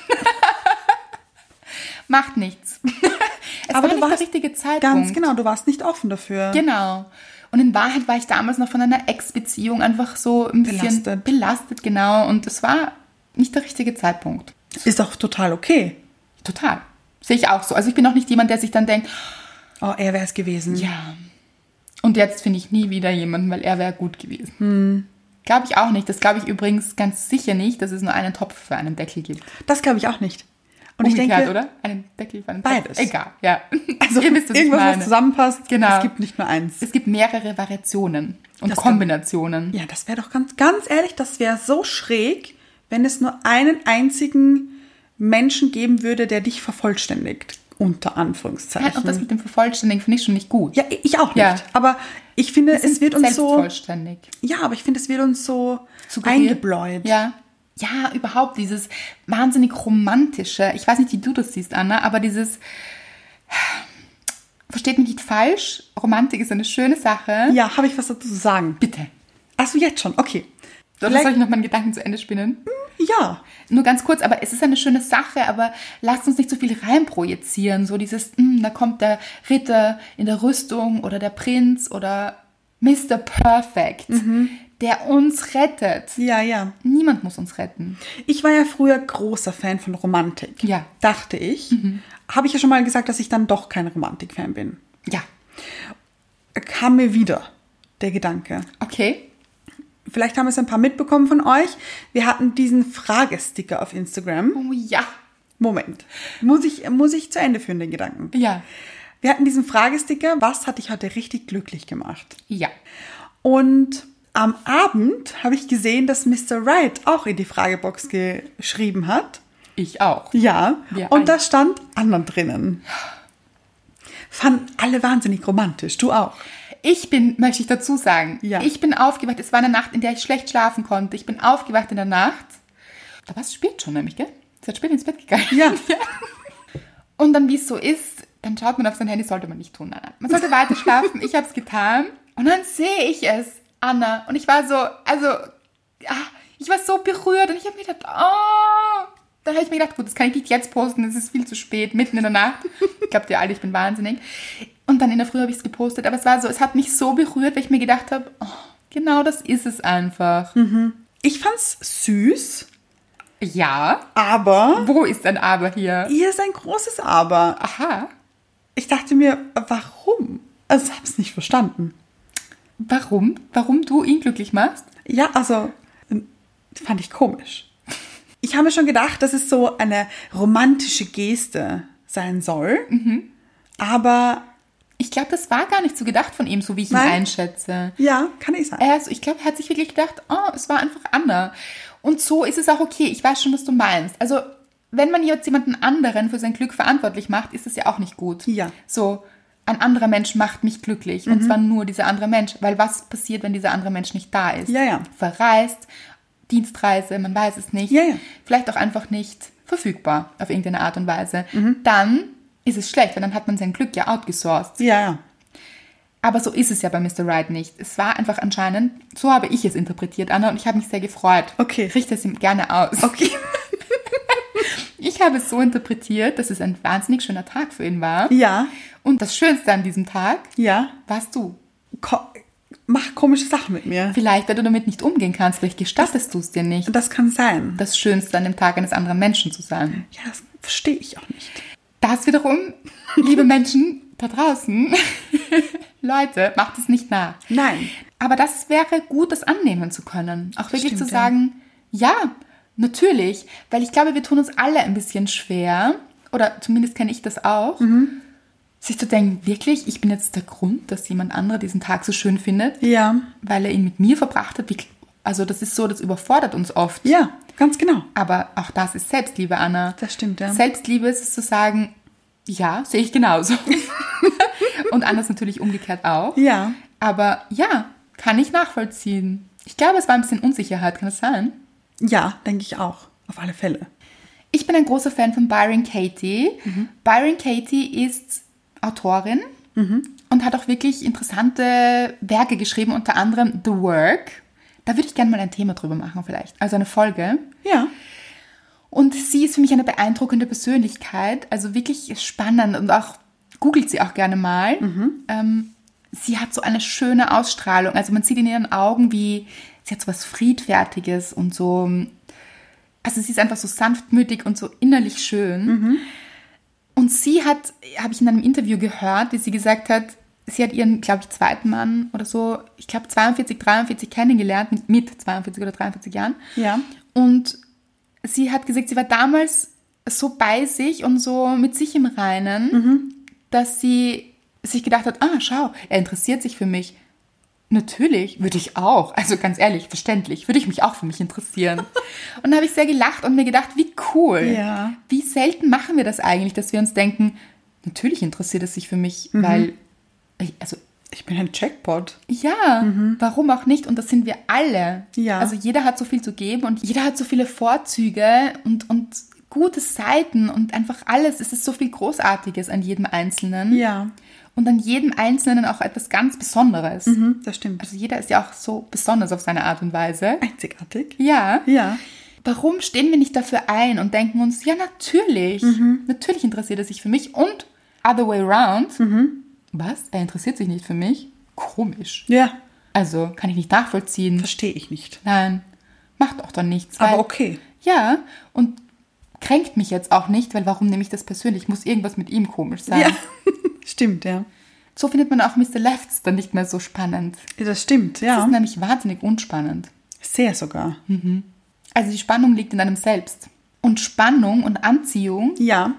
Speaker 1: Macht nichts. [LAUGHS] es war
Speaker 2: Aber du
Speaker 1: nicht der
Speaker 2: warst
Speaker 1: richtige Zeitpunkt.
Speaker 2: Ganz genau, du warst nicht offen dafür.
Speaker 1: Genau. Und in Wahrheit war ich damals noch von einer Ex-Beziehung einfach so ein bisschen
Speaker 2: Belastet.
Speaker 1: belastet, genau. Und es war nicht der richtige Zeitpunkt.
Speaker 2: Ist auch total okay.
Speaker 1: Total. Sehe ich auch so. Also ich bin auch nicht jemand, der sich dann denkt,
Speaker 2: Oh, er wäre es gewesen.
Speaker 1: ja, und jetzt finde ich nie wieder jemanden, weil er wäre gut gewesen.
Speaker 2: Hm.
Speaker 1: Glaube ich auch nicht. Das glaube ich übrigens ganz sicher nicht, dass es nur einen Topf für einen Deckel gibt.
Speaker 2: Das glaube ich auch nicht. Und ich
Speaker 1: Umgekehrt,
Speaker 2: denke,
Speaker 1: oder? Einen Deckel für einen
Speaker 2: Beides.
Speaker 1: Topf. Egal, ja. [LAUGHS]
Speaker 2: Also
Speaker 1: Ihr wisst, was ich
Speaker 2: irgendwas,
Speaker 1: meine.
Speaker 2: was zusammenpasst.
Speaker 1: Genau.
Speaker 2: Es gibt nicht nur eins.
Speaker 1: Es gibt mehrere Variationen und
Speaker 2: Das kann-
Speaker 1: Kombinationen.
Speaker 2: Ja, das wäre doch ganz, ganz ehrlich, das wäre so schräg, wenn es nur einen einzigen Menschen geben würde, der dich vervollständigt. Unter
Speaker 1: Nein, auch
Speaker 2: Anführungszeichen.
Speaker 1: das mit dem Vervollständigen finde ich schon nicht gut.
Speaker 2: ja, ich auch nicht.
Speaker 1: Ja.
Speaker 2: Aber ich finde, es wird uns so.
Speaker 1: Selbstvollständig.
Speaker 2: Ja, aber ich finde, es wird uns so
Speaker 1: Suggeriert.
Speaker 2: eingebläut.
Speaker 1: Ja. Ja, überhaupt dieses wahnsinnig romantische. Ich weiß nicht, wie du das siehst, Anna, aber dieses. [SIGHS] Versteht mich nicht falsch. Romantik ist eine schöne Sache.
Speaker 2: Ja, habe ich was dazu zu sagen?
Speaker 1: Bitte.
Speaker 2: Achso, jetzt schon. Okay.
Speaker 1: Oder
Speaker 2: Vielleicht-
Speaker 1: soll ich noch meinen Gedanken zu Ende spinnen?
Speaker 2: Ja.
Speaker 1: Nur ganz kurz, aber es ist eine schöne Sache, aber lasst uns nicht so viel reinprojizieren. So dieses, hm, da kommt der Ritter in der Rüstung oder der Prinz oder Mr. Perfect, der uns rettet.
Speaker 2: Mhm. Ja, ja.
Speaker 1: Niemand muss uns retten.
Speaker 2: Ich war ja früher großer Fan von Romantik.
Speaker 1: Ja. Mhm.
Speaker 2: Dachte ich. Habe ich ja schon mal gesagt, dass ich dann doch kein Romantik-Fan bin.
Speaker 1: Ja,
Speaker 2: Kam mir wieder der Gedanke.
Speaker 1: okay.
Speaker 2: Vielleicht haben es ein paar mitbekommen von euch. Wir hatten diesen Fragesticker auf Instagram.
Speaker 1: Oh ja.
Speaker 2: Moment. Muss ich, muss ich zu Ende führen, den Gedanken.
Speaker 1: Ja.
Speaker 2: Wir hatten diesen Fragesticker. Was hat dich heute richtig glücklich gemacht?
Speaker 1: Ja.
Speaker 2: Und am Abend habe ich gesehen, dass Mr. Wright auch in die Fragebox geschrieben hat.
Speaker 1: Ich auch.
Speaker 2: Ja.
Speaker 1: Ja, ein-
Speaker 2: und da stand Anna drinnen. Fanden alle wahnsinnig romantisch. Du auch.
Speaker 1: Ich bin, möchte ich dazu sagen,
Speaker 2: Ja.
Speaker 1: ich bin aufgewacht. Es war eine Nacht, in der ich schlecht schlafen konnte. Ich bin aufgewacht in [LAUGHS] der Nacht. Da war es spät schon nämlich, gell? Sie hat spät ins Bett gegangen.
Speaker 2: Ja.
Speaker 1: Und dann, wie es so ist, dann schaut man auf sein Handy, sollte man nicht tun, Anna. Man sollte weiter schlafen, ich habe es getan. Und dann sehe ich es, Anna. Und ich war so, also, ah, ich war so berührt und ich habe mir gedacht, oh. Dann habe ich mir gedacht, gut, das kann ich nicht jetzt posten, es ist viel zu spät, mitten in der Nacht. Glaubt ihr alle, ich bin wahnsinnig. Und dann in der Früh habe ich es gepostet, aber es war so, es hat mich so berührt, weil ich mir gedacht habe, oh, genau das ist es einfach.
Speaker 2: Ich fand's süß,
Speaker 1: Ja,
Speaker 2: aber
Speaker 1: wo ist ein Aber hier?
Speaker 2: hier ist ein großes Aber.
Speaker 1: Aha,
Speaker 2: Ich dachte mir, warum? Also, ich hab's nicht verstanden.
Speaker 1: warum? Warum du ihn glücklich machst?
Speaker 2: Ja, also, das fand ich komisch. Ich habe mir schon gedacht, dass es so eine romantische Geste sein soll. Aber
Speaker 1: Ich glaube, das war gar nicht so gedacht von ihm, so wie ich ihn
Speaker 2: Nein.
Speaker 1: einschätze.
Speaker 2: ja, kann ich sagen.
Speaker 1: Er, also ich glaube, er hat sich wirklich gedacht, oh, es war einfach Anna. Und so ist es auch okay. Ich weiß schon, was du meinst. Also, wenn man jetzt jemanden anderen für sein Glück verantwortlich macht, ist es ja auch nicht gut.
Speaker 2: Ja. Mhm.
Speaker 1: So, ein anderer Mensch macht mich glücklich. Und zwar nur dieser andere Mensch. Weil was passiert, wenn dieser andere Mensch nicht da ist?
Speaker 2: Ja, ja.
Speaker 1: Verreist, Dienstreise, man weiß es nicht.
Speaker 2: Ja, ja.
Speaker 1: Vielleicht auch einfach nicht verfügbar auf irgendeine Art und Weise.
Speaker 2: Mhm.
Speaker 1: Dann ist es schlecht, weil dann hat man sein Glück ja outgesourced.
Speaker 2: Ja, ja.
Speaker 1: Aber so ist es ja bei Mr. Right nicht. Es war einfach anscheinend, so habe ich es interpretiert, Anna, und ich habe mich sehr gefreut.
Speaker 2: Okay.
Speaker 1: Richte es ihm gerne aus.
Speaker 2: Okay.
Speaker 1: Ich habe es so interpretiert, dass es ein wahnsinnig schöner Tag für ihn war.
Speaker 2: Ja,
Speaker 1: Und das Schönste an diesem Tag
Speaker 2: ja.
Speaker 1: warst du.
Speaker 2: Ko mach komische Sachen mit mir.
Speaker 1: Vielleicht, weil du damit nicht umgehen kannst, vielleicht gestattest du es dir nicht,
Speaker 2: Das kann sein.
Speaker 1: das Schönste an dem Tag eines anderen Menschen zu sein.
Speaker 2: Ja, das verstehe ich auch nicht.
Speaker 1: Das wiederum, liebe Menschen da draußen, [LAUGHS] Leute, macht es nicht nach.
Speaker 2: Nein.
Speaker 1: Aber das wäre gut, das annehmen zu können. Auch wirklich
Speaker 2: Stimmt,
Speaker 1: zu
Speaker 2: ja.
Speaker 1: sagen, ja, natürlich. Weil ich glaube, wir tun uns alle ein bisschen schwer, oder zumindest kenne ich das auch,
Speaker 2: Mhm.
Speaker 1: sich zu denken, wirklich, ich bin jetzt der Grund, dass jemand anderer diesen Tag so schön findet,
Speaker 2: Ja.
Speaker 1: weil er ihn mit mir verbracht hat. Wie- Also das ist so, das überfordert uns oft.
Speaker 2: Ja, ganz genau.
Speaker 1: Aber auch das ist Selbstliebe, Anna.
Speaker 2: Das stimmt, ja.
Speaker 1: Selbstliebe ist es zu sagen, ja, sehe ich genauso. [LAUGHS] Und anders natürlich umgekehrt auch.
Speaker 2: Ja.
Speaker 1: Aber ja, kann ich nachvollziehen. Ich glaube, es war ein bisschen Unsicherheit, kann das sein?
Speaker 2: Ja, denke ich auch. Auf alle Fälle.
Speaker 1: Ich bin ein großer Fan von Byron Katie. Byron Katie ist Autorin und hat auch wirklich interessante Werke geschrieben, unter anderem The Work. Da würde ich gerne mal ein Thema drüber machen, vielleicht. Also eine Folge.
Speaker 2: Ja.
Speaker 1: Und sie ist für mich eine beeindruckende Persönlichkeit, also wirklich spannend und auch googelt sie auch gerne mal. Ähm, sie hat so eine schöne Ausstrahlung, also man sieht in ihren Augen, wie sie hat so was Friedfertiges und so. Also sie ist einfach so sanftmütig und so innerlich schön. Und sie hat, habe ich in einem Interview gehört, wie sie gesagt hat, sie hat ihren, glaube ich, zweiten Mann oder so, ich glaube 42, 43 kennengelernt, mit, mit 42 oder 43 Jahren.
Speaker 2: Ja.
Speaker 1: Und sie hat gesagt, sie war damals so bei sich und so mit sich im Reinen, dass sie sich gedacht hat, ah, schau, er interessiert sich für mich. Natürlich, würde ich auch. Also ganz ehrlich, verständlich, würde ich mich auch für mich interessieren. und da habe ich sehr gelacht und mir gedacht, wie cool.
Speaker 2: Ja.
Speaker 1: Wie selten machen wir das eigentlich, dass wir uns denken, natürlich interessiert es sich für mich, weil, ich, also
Speaker 2: Ich bin ein Jackpot.
Speaker 1: ja, warum auch nicht? Und das sind wir alle.
Speaker 2: Mhm. Ja.
Speaker 1: Also jeder hat so viel zu geben und jeder hat so viele Vorzüge und, und gute Seiten und einfach alles. Es ist so viel Großartiges an jedem Einzelnen.
Speaker 2: Ja.
Speaker 1: Und an jedem Einzelnen auch etwas ganz Besonderes.
Speaker 2: Mhm, das stimmt.
Speaker 1: Also jeder ist ja auch so besonders auf seine Art und Weise.
Speaker 2: Einzigartig.
Speaker 1: Ja.
Speaker 2: Ja.
Speaker 1: Warum stehen wir nicht dafür ein und denken uns, ja, natürlich,
Speaker 2: Mhm.
Speaker 1: natürlich interessiert er sich für mich und other way round.
Speaker 2: Mhm.
Speaker 1: Was? Er interessiert sich nicht für mich? Komisch.
Speaker 2: Ja.
Speaker 1: Also kann ich nicht nachvollziehen.
Speaker 2: Verstehe ich nicht.
Speaker 1: Nein, macht auch dann nichts.
Speaker 2: Aber
Speaker 1: weil-
Speaker 2: okay.
Speaker 1: Ja, und kränkt mich jetzt auch nicht, weil warum nehme ich das persönlich? Muss irgendwas mit ihm komisch sein.
Speaker 2: stimmt, ja.
Speaker 1: So findet man auch Mr. Lefts dann nicht mehr so spannend.
Speaker 2: Ja, Das stimmt,
Speaker 1: Das
Speaker 2: ja.
Speaker 1: ist nämlich wahnsinnig unspannend.
Speaker 2: Sehr sogar.
Speaker 1: Also die Spannung liegt in einem selbst. Und Spannung und Anziehung
Speaker 2: Ja.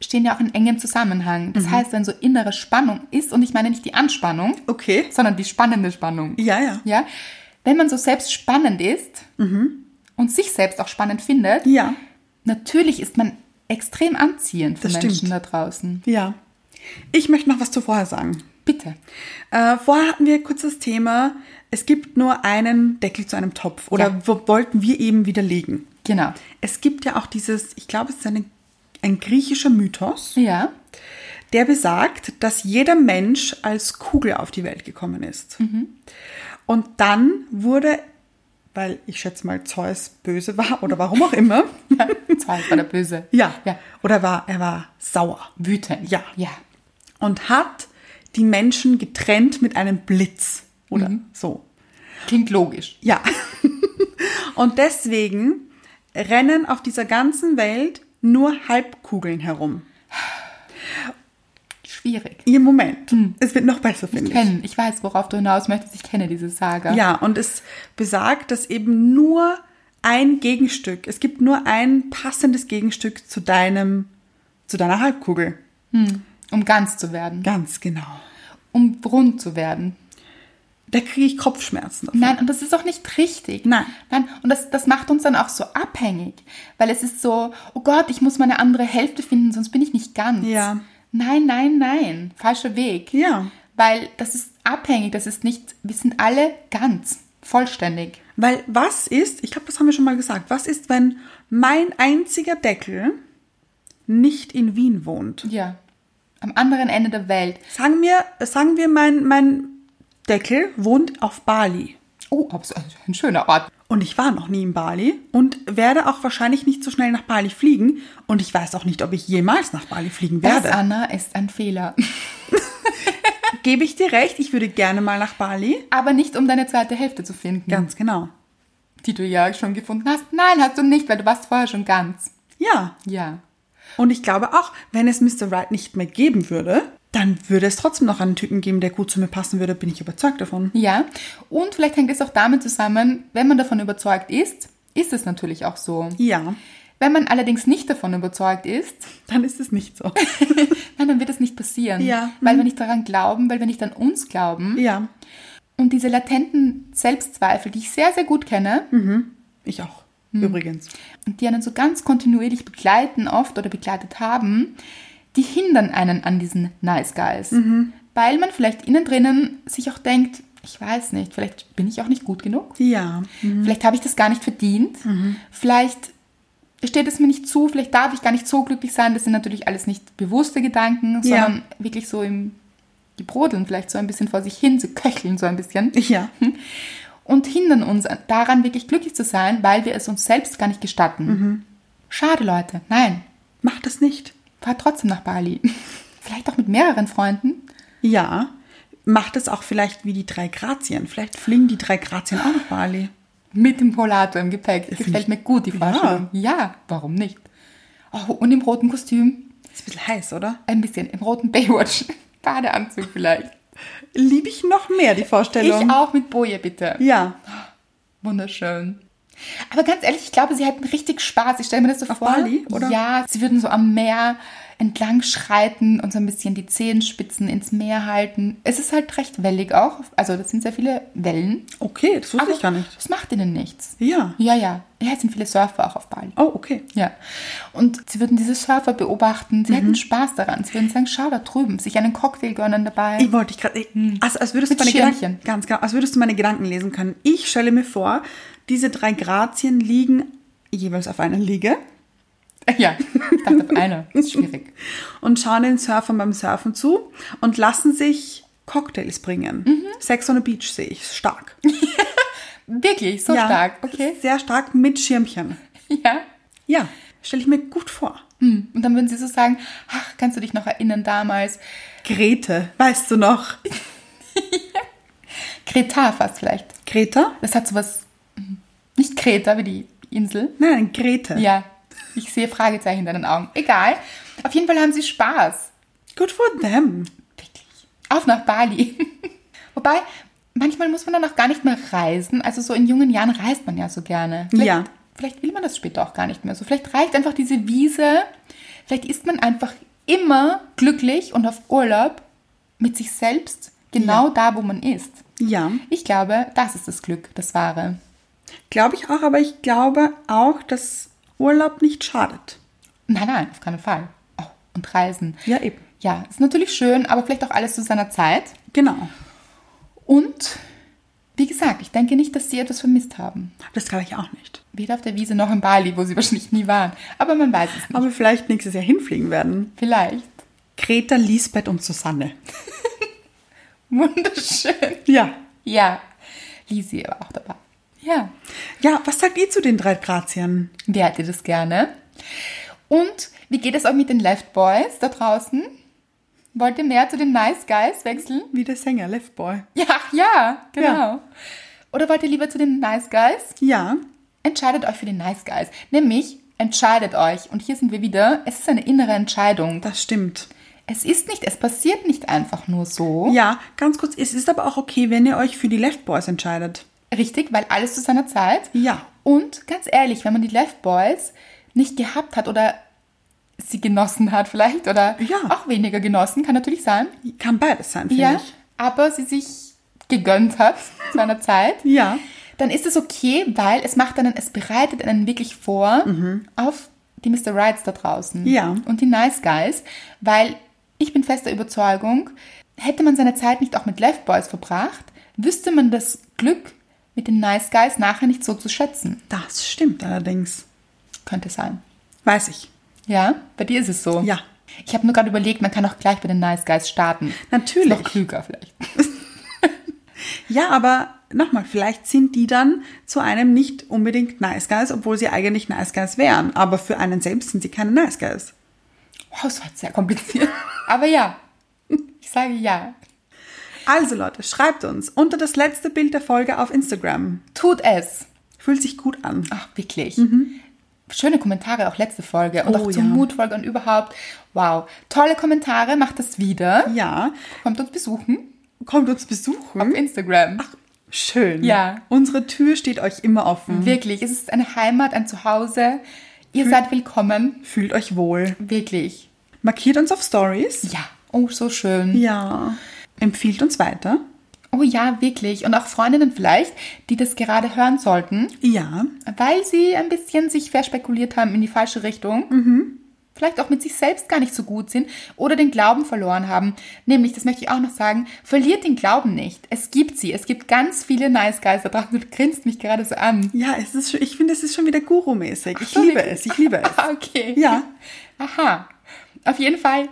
Speaker 1: stehen ja auch in engem Zusammenhang.
Speaker 2: Mhm.
Speaker 1: Das heißt, wenn so innere Spannung ist, und ich meine nicht die Anspannung,
Speaker 2: Okay.
Speaker 1: sondern die spannende Spannung.
Speaker 2: Ja, ja.
Speaker 1: Ja, wenn man so selbst spannend ist
Speaker 2: Mhm.
Speaker 1: und sich selbst auch spannend findet,
Speaker 2: Ja.
Speaker 1: natürlich ist man extrem anziehend für
Speaker 2: Das
Speaker 1: Menschen
Speaker 2: stimmt.
Speaker 1: da draußen.
Speaker 2: Ja. Ich möchte noch was zu vorher sagen.
Speaker 1: Bitte.
Speaker 2: Äh, vorher hatten wir kurz das Thema, es gibt nur einen Deckel zu einem Topf. Oder
Speaker 1: Ja.
Speaker 2: wo wollten wir eben widerlegen.
Speaker 1: Genau.
Speaker 2: Es gibt ja auch dieses, ich glaube, es ist eine ein griechischer Mythos,
Speaker 1: Ja.
Speaker 2: der besagt, dass jeder Mensch als Kugel auf die Welt gekommen ist. Und dann wurde, weil ich schätze mal Zeus böse war oder warum auch immer,
Speaker 1: Zeus war der Böse.
Speaker 2: [LAUGHS] ja,
Speaker 1: Ja.
Speaker 2: oder war er war sauer
Speaker 1: Wütend.
Speaker 2: Ja.
Speaker 1: Ja.
Speaker 2: und hat die Menschen getrennt mit einem Blitz oder so.
Speaker 1: Klingt logisch.
Speaker 2: Ja. [LAUGHS] Und deswegen rennen auf dieser ganzen Welt nur Halbkugeln herum.
Speaker 1: Schwierig.
Speaker 2: Ihr Moment. Es wird noch besser, finde Mhm. ich.
Speaker 1: Kennen. Ich weiß, worauf du hinaus möchtest. Ich kenne diese Saga.
Speaker 2: Ja, und es besagt, dass eben nur ein Gegenstück, es gibt nur ein passendes Gegenstück zu deinem, zu deiner Halbkugel.
Speaker 1: Um ganz zu werden.
Speaker 2: Ganz genau.
Speaker 1: Um rund zu werden.
Speaker 2: Da kriege ich Kopfschmerzen. davon.
Speaker 1: Nein, und das ist auch nicht richtig.
Speaker 2: Nein.
Speaker 1: Nein, und das, das macht uns dann auch so abhängig, weil es ist so, oh Gott, ich muss meine andere Hälfte finden, sonst bin ich nicht ganz.
Speaker 2: Ja.
Speaker 1: Nein, nein, nein, falscher Weg.
Speaker 2: Ja.
Speaker 1: Weil das ist abhängig, das ist nicht, wir sind alle ganz, vollständig.
Speaker 2: Weil was ist, ich glaube, das haben wir schon mal gesagt, was ist, wenn mein einziger Deckel nicht in Wien wohnt?
Speaker 1: Ja. Am anderen Ende der Welt.
Speaker 2: Sagen wir, sagen wir mein, mein Deckel wohnt auf Bali.
Speaker 1: Oh, aber so ein schöner Ort.
Speaker 2: Und ich war noch nie in Bali und werde auch wahrscheinlich nicht so schnell nach Bali fliegen. Und ich weiß auch nicht, ob ich jemals nach Bali fliegen
Speaker 1: Das,
Speaker 2: werde.
Speaker 1: Anna, ist ein Fehler. [LAUGHS]
Speaker 2: Gebe ich dir recht, ich würde gerne mal nach Bali.
Speaker 1: Aber nicht, um deine zweite Hälfte zu finden,
Speaker 2: Ganz genau.
Speaker 1: die du ja schon gefunden hast. Nein, hast du nicht, weil du warst vorher schon ganz.
Speaker 2: Ja.
Speaker 1: Ja.
Speaker 2: Und ich glaube auch, wenn es Mr. Right nicht mehr geben würde, dann würde es trotzdem noch einen Typen geben, der gut zu mir passen würde, bin ich überzeugt davon.
Speaker 1: Ja, und vielleicht hängt es auch damit zusammen, wenn man davon überzeugt ist, ist es natürlich auch so.
Speaker 2: Ja,
Speaker 1: Wenn man allerdings nicht davon überzeugt ist,
Speaker 2: dann ist es nicht so. [LAUGHS]
Speaker 1: nein, dann wird es nicht passieren.
Speaker 2: Ja.
Speaker 1: Weil wir nicht daran glauben, weil wir nicht an uns glauben.
Speaker 2: ja,
Speaker 1: Und diese latenten Selbstzweifel, die ich sehr, sehr gut kenne
Speaker 2: ich auch. Übrigens.
Speaker 1: und die einen so ganz kontinuierlich begleiten oft oder begleitet haben, die hindern einen an diesen Nice Guys. Weil man vielleicht innen drinnen sich auch denkt, ich weiß nicht, vielleicht bin ich auch nicht gut genug.
Speaker 2: Ja.
Speaker 1: Mhm. Vielleicht habe ich das gar nicht verdient.
Speaker 2: Mhm.
Speaker 1: Vielleicht steht es mir nicht zu. Vielleicht darf ich gar nicht so glücklich sein. Das sind natürlich alles nicht bewusste Gedanken,
Speaker 2: Ja.
Speaker 1: sondern wirklich so im die brodeln vielleicht so ein bisschen vor sich hin, sie köcheln so ein bisschen
Speaker 2: Ja.
Speaker 1: [LAUGHS] und hindern uns an- daran, wirklich glücklich zu sein, weil wir es uns selbst gar nicht gestatten.
Speaker 2: Mhm.
Speaker 1: Schade, Leute. Nein,
Speaker 2: Mach das nicht.
Speaker 1: fahr trotzdem nach Bali. [LAUGHS] Vielleicht auch mit mehreren Freunden.
Speaker 2: Ja. Mach das auch vielleicht wie die drei Grazien. Vielleicht fliegen die drei Grazien auch nach Bali.
Speaker 1: Mit dem Polato im Gepäck. Gefällt
Speaker 2: ich-
Speaker 1: mir gut, die
Speaker 2: Ja.
Speaker 1: Vorstellung. Ja, warum nicht? Oh, und im roten Kostüm.
Speaker 2: Ist ein bisschen heiß, oder?
Speaker 1: Ein bisschen im roten Baywatch. [LAUGHS] Badeanzug vielleicht.
Speaker 2: Liebe ich noch mehr die Vorstellung.
Speaker 1: Ich auch mit Boje, bitte.
Speaker 2: Ja.
Speaker 1: Wunderschön. Aber ganz ehrlich, ich glaube, sie hätten richtig Spaß. Ich stelle mir das so vor.
Speaker 2: Bali, oder?
Speaker 1: Ja, sie würden so am Meer entlang schreiten und so ein bisschen die Zehenspitzen ins Meer halten. Es ist halt recht wellig auch. Also, das sind sehr viele Wellen.
Speaker 2: Okay, das wusste ich gar nicht.
Speaker 1: Das macht ihnen nichts.
Speaker 2: Ja.
Speaker 1: Ja, ja. Ja, es sind viele Surfer auch auf Bali.
Speaker 2: Oh, okay.
Speaker 1: Ja. Und sie würden diese Surfer beobachten.
Speaker 2: Mhm.
Speaker 1: Sie hätten Spaß daran. Sie würden sagen, schau da drüben, sich einen Cocktail gönnen dabei.
Speaker 2: Ich wollte dich gerade. Also, als würdest du
Speaker 1: Hm. Mit
Speaker 2: meine Gedanken.
Speaker 1: Schirmchen.
Speaker 2: Ganz genau. Als würdest du meine Gedanken lesen können. Ich stelle mir vor, diese drei Grazien liegen jeweils auf einer Liege
Speaker 1: [LAUGHS] Ja, ich dachte auf einer. Ist schwierig.
Speaker 2: und schauen den Surfern beim Surfen zu und lassen sich Cocktails bringen.
Speaker 1: Mhm.
Speaker 2: Sex on the Beach sehe ich stark.
Speaker 1: Wirklich, so
Speaker 2: Ja.
Speaker 1: stark. Okay. [LAUGHS]
Speaker 2: Sehr stark mit Schirmchen.
Speaker 1: Ja.
Speaker 2: Ja, stelle ich mir gut vor.
Speaker 1: Hm. Und dann würden sie so sagen, ach, kannst du dich noch erinnern damals?
Speaker 2: Grete, weißt du noch?
Speaker 1: Kreta fast vielleicht.
Speaker 2: Greta?
Speaker 1: Das hat sowas, hm, nicht Kreta wie die Insel.
Speaker 2: Nein, Grete.
Speaker 1: Ja. Ich sehe Fragezeichen in deinen Augen. Egal. Auf jeden Fall haben sie Spaß.
Speaker 2: Good for them.
Speaker 1: Wirklich. Auf nach Bali. [LAUGHS] Wobei, manchmal muss man dann auch gar nicht mehr reisen. Also so in jungen Jahren reist man ja so gerne. Vielleicht,
Speaker 2: Ja.
Speaker 1: Vielleicht will man das später auch gar nicht mehr so. Vielleicht reicht einfach diese Wiese. Vielleicht ist man einfach immer glücklich und auf Urlaub mit sich selbst genau da, wo man ist.
Speaker 2: Ja,
Speaker 1: Ich glaube, das ist das Glück, das wahre.
Speaker 2: glaube ich auch, aber ich glaube auch, dass Urlaub nicht schadet.
Speaker 1: Nein, nein, auf keinen Fall. Oh, und reisen.
Speaker 2: Ja, eben.
Speaker 1: Ja, ist natürlich schön, aber vielleicht auch alles zu seiner Zeit.
Speaker 2: Genau.
Speaker 1: Und Wie gesagt, ich denke nicht, dass sie etwas vermisst haben.
Speaker 2: Das glaube ich auch nicht.
Speaker 1: Weder auf der Wiese noch in Bali, wo sie [LAUGHS] wahrscheinlich nie waren. Aber man weiß es nicht.
Speaker 2: Aber vielleicht nächstes Jahr hinfliegen werden.
Speaker 1: Vielleicht. [LAUGHS]
Speaker 2: Greta, Lisbeth und Susanne.
Speaker 1: Wunderschön.
Speaker 2: Ja.
Speaker 1: Ja. Lisi war auch dabei. Ja.
Speaker 2: Ja, was sagt ihr zu den drei Grazien?
Speaker 1: Wer hätte das gerne? Und wie geht es euch mit den Left Boys da draußen? Wollt ihr mehr zu den Nice Guys wechseln?
Speaker 2: Wie der Sänger, Left Boy.
Speaker 1: Ja, ach ja, genau. Oder wollt ihr lieber zu den Nice Guys?
Speaker 2: Ja.
Speaker 1: Entscheidet euch für den Nice Guys. Nämlich, entscheidet euch. Und hier sind wir wieder. Es ist eine innere Entscheidung.
Speaker 2: Das stimmt.
Speaker 1: Es ist nicht, es passiert nicht einfach nur so.
Speaker 2: Ja, ganz kurz, es ist aber auch okay, wenn ihr euch für die Left Boys entscheidet.
Speaker 1: Richtig, weil alles zu seiner Zeit.
Speaker 2: Ja.
Speaker 1: Und ganz ehrlich, wenn man die Left Boys nicht gehabt hat oder sie genossen hat vielleicht oder
Speaker 2: Ja.
Speaker 1: auch weniger genossen, kann natürlich sein.
Speaker 2: Kann beides sein, finde
Speaker 1: Ja,
Speaker 2: ich.
Speaker 1: aber sie sich gegönnt hat zu einer Zeit.
Speaker 2: Ja.
Speaker 1: Dann ist es okay, weil es macht einen, es bereitet einen wirklich vor auf die Mr. Rights da draußen.
Speaker 2: Ja.
Speaker 1: Und die Nice Guys, weil ich bin fester Überzeugung, hätte man seine Zeit nicht auch mit Left Boys verbracht, wüsste man das Glück mit den Nice Guys nachher nicht so zu schätzen.
Speaker 2: Das stimmt allerdings.
Speaker 1: Könnte sein.
Speaker 2: Weiß ich.
Speaker 1: Ja, bei dir ist es so.
Speaker 2: Ja.
Speaker 1: Ich habe nur gerade überlegt, man kann auch gleich bei den Nice Guys starten.
Speaker 2: Natürlich.
Speaker 1: Ist noch klüger vielleicht.
Speaker 2: Ja, aber nochmal, vielleicht sind die dann zu einem nicht unbedingt Nice Guys, obwohl sie eigentlich Nice Guys wären. Aber für einen selbst sind sie keine Nice Guys.
Speaker 1: Wow, das Oh, war jetzt sehr kompliziert. Aber ja, ich sage ja.
Speaker 2: Also Leute, schreibt uns unter das letzte Bild der Folge auf Instagram.
Speaker 1: Tut es.
Speaker 2: Fühlt sich gut an.
Speaker 1: Ach, wirklich. Schöne Kommentare, auch letzte Folge und
Speaker 2: Mhm. Oh,
Speaker 1: auch zur
Speaker 2: ja.
Speaker 1: Mutfolge und überhaupt. Wow, tolle Kommentare, macht das wieder.
Speaker 2: Ja, Mhm.
Speaker 1: Kommt uns besuchen
Speaker 2: kommt uns besuchen.
Speaker 1: auf Instagram.
Speaker 2: mhm. Schön.
Speaker 1: Ja.
Speaker 2: Unsere Tür steht euch immer offen.
Speaker 1: Wirklich, es ist eine Heimat, ein Zuhause. Ihr seid willkommen.
Speaker 2: Fühlt euch wohl.
Speaker 1: Wirklich.
Speaker 2: Markiert uns auf Stories.
Speaker 1: Ja, oh, so schön.
Speaker 2: Ja. Empfiehlt uns weiter.
Speaker 1: Oh ja, wirklich. Und auch Freundinnen vielleicht, die das gerade hören sollten,
Speaker 2: Ja.
Speaker 1: weil sie ein bisschen sich verspekuliert haben in die falsche Richtung. Vielleicht auch mit sich selbst gar nicht so gut sind oder den Glauben verloren haben. Nämlich, das möchte ich auch noch sagen, verliert den Glauben nicht. Es gibt sie. Es gibt ganz viele Nice Guys da draußen. Du grinst mich gerade so an.
Speaker 2: Ja, es ist schon, ich finde, es ist schon wieder Guru-mäßig. Ich
Speaker 1: so,
Speaker 2: liebe
Speaker 1: wirklich?
Speaker 2: es, ich liebe es.
Speaker 1: Ah, [LAUGHS] okay.
Speaker 2: Ja.
Speaker 1: Aha. Auf jeden Fall,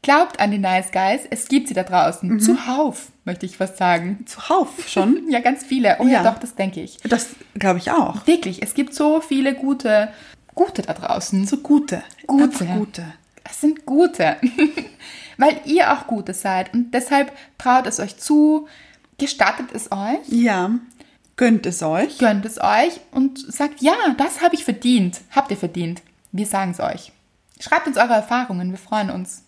Speaker 1: glaubt an die Nice Guys. Es gibt sie da draußen. Zuhauf, möchte ich fast sagen.
Speaker 2: Zuhauf schon.
Speaker 1: [LAUGHS] Ja, ganz viele. Oh ja
Speaker 2: Ja.
Speaker 1: doch, das denke ich.
Speaker 2: Das glaube ich auch.
Speaker 1: Wirklich, es gibt so viele gute, gute da draußen.
Speaker 2: So gute.
Speaker 1: Gute.
Speaker 2: Einfach gute.
Speaker 1: Es sind gute, [LAUGHS] weil ihr auch gute seid und deshalb traut es euch zu, gestattet es euch,
Speaker 2: Ja. Gönnt es euch.
Speaker 1: gönnt es euch und sagt, ja, das habe ich verdient, habt ihr verdient. Wir sagen es euch. Schreibt uns eure Erfahrungen, wir freuen uns.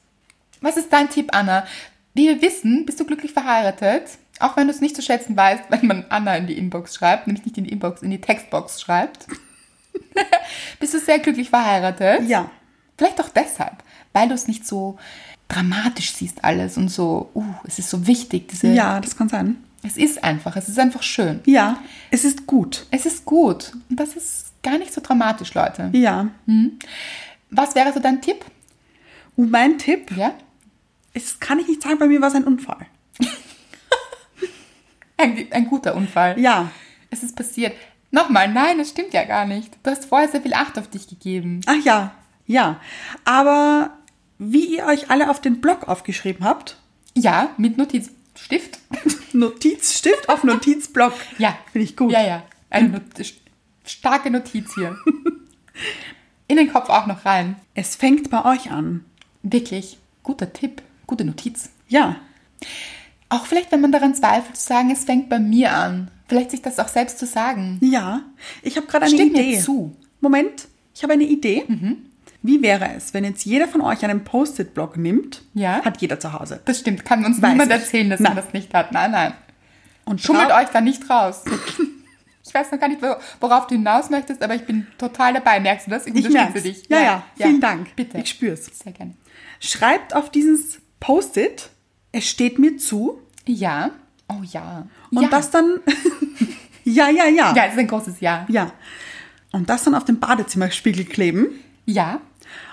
Speaker 1: Was ist dein Tipp, Anna? Wie wir wissen, bist du glücklich verheiratet, auch wenn du es nicht zu schätzen weißt, wenn man Anna in die Inbox schreibt, nämlich nicht in die Inbox, in die Textbox schreibt. [LAUGHS] bist du sehr glücklich verheiratet?
Speaker 2: Ja.
Speaker 1: Vielleicht auch deshalb, weil du es nicht so dramatisch siehst alles und so, uh, es ist so wichtig, diese
Speaker 2: Ja, das kann sein.
Speaker 1: es ist einfach, es ist einfach schön.
Speaker 2: Ja. Es ist gut.
Speaker 1: Es ist gut und das ist gar nicht so dramatisch, Leute.
Speaker 2: Ja.
Speaker 1: Was wäre so dein Tipp?
Speaker 2: Und mein Tipp,
Speaker 1: Ja?
Speaker 2: es kann ich nicht sagen, bei mir war es ein Unfall.
Speaker 1: Ein, ein guter Unfall.
Speaker 2: Ja.
Speaker 1: Es ist passiert. Nochmal, nein, das stimmt ja gar nicht. Du hast vorher sehr viel Acht auf dich gegeben.
Speaker 2: Ach ja. Ja. Aber wie ihr euch alle auf den Blog aufgeschrieben habt,
Speaker 1: Ja, mit Notizstift. [LAUGHS]
Speaker 2: Notizstift auf Notizblock.
Speaker 1: Ja.
Speaker 2: Finde ich gut.
Speaker 1: Ja, ja. Eine Not starke Notiz
Speaker 2: [LAUGHS]
Speaker 1: hier. In den Kopf auch noch rein.
Speaker 2: Es fängt bei euch an.
Speaker 1: Wirklich, guter Tipp, gute Notiz.
Speaker 2: Ja.
Speaker 1: Auch vielleicht, wenn man daran zweifelt, zu sagen, es fängt bei mir an. Vielleicht sich das auch selbst zu sagen.
Speaker 2: Ja. Ich habe gerade eine
Speaker 1: Steht mir
Speaker 2: Idee.
Speaker 1: zu. Mhm.
Speaker 2: Moment, ich habe eine Idee. Wie wäre es, wenn jetzt jeder von euch einen Post-it-Block nimmt?
Speaker 1: Ja.
Speaker 2: Hat jeder zu Hause.
Speaker 1: Das stimmt, kann uns
Speaker 2: Weiß
Speaker 1: niemand
Speaker 2: ich.
Speaker 1: erzählen, dass
Speaker 2: Nein. Genau.
Speaker 1: man das nicht hat. Nein, nein.
Speaker 2: Und
Speaker 1: Schummelt
Speaker 2: trau-
Speaker 1: euch da nicht raus. [LAUGHS] Ich weiß noch gar nicht, wo- worauf du hinaus möchtest, aber ich bin total dabei. Merkst du das? Ich
Speaker 2: Ich merke
Speaker 1: unterstütze
Speaker 2: dich.
Speaker 1: dich.
Speaker 2: Ja, ja, Vielen Dank.
Speaker 1: Bitte.
Speaker 2: Ich spür's.
Speaker 1: Sehr gerne.
Speaker 2: Schreibt auf dieses Post-it, es steht mir zu.
Speaker 1: Ja. Oh ja.
Speaker 2: Und
Speaker 1: ja.
Speaker 2: das dann. [LAUGHS] ja, ja, ja,
Speaker 1: Ja, es ist ein großes Ja.
Speaker 2: Ja. Und das dann auf den Badezimmerspiegel kleben.
Speaker 1: Ja.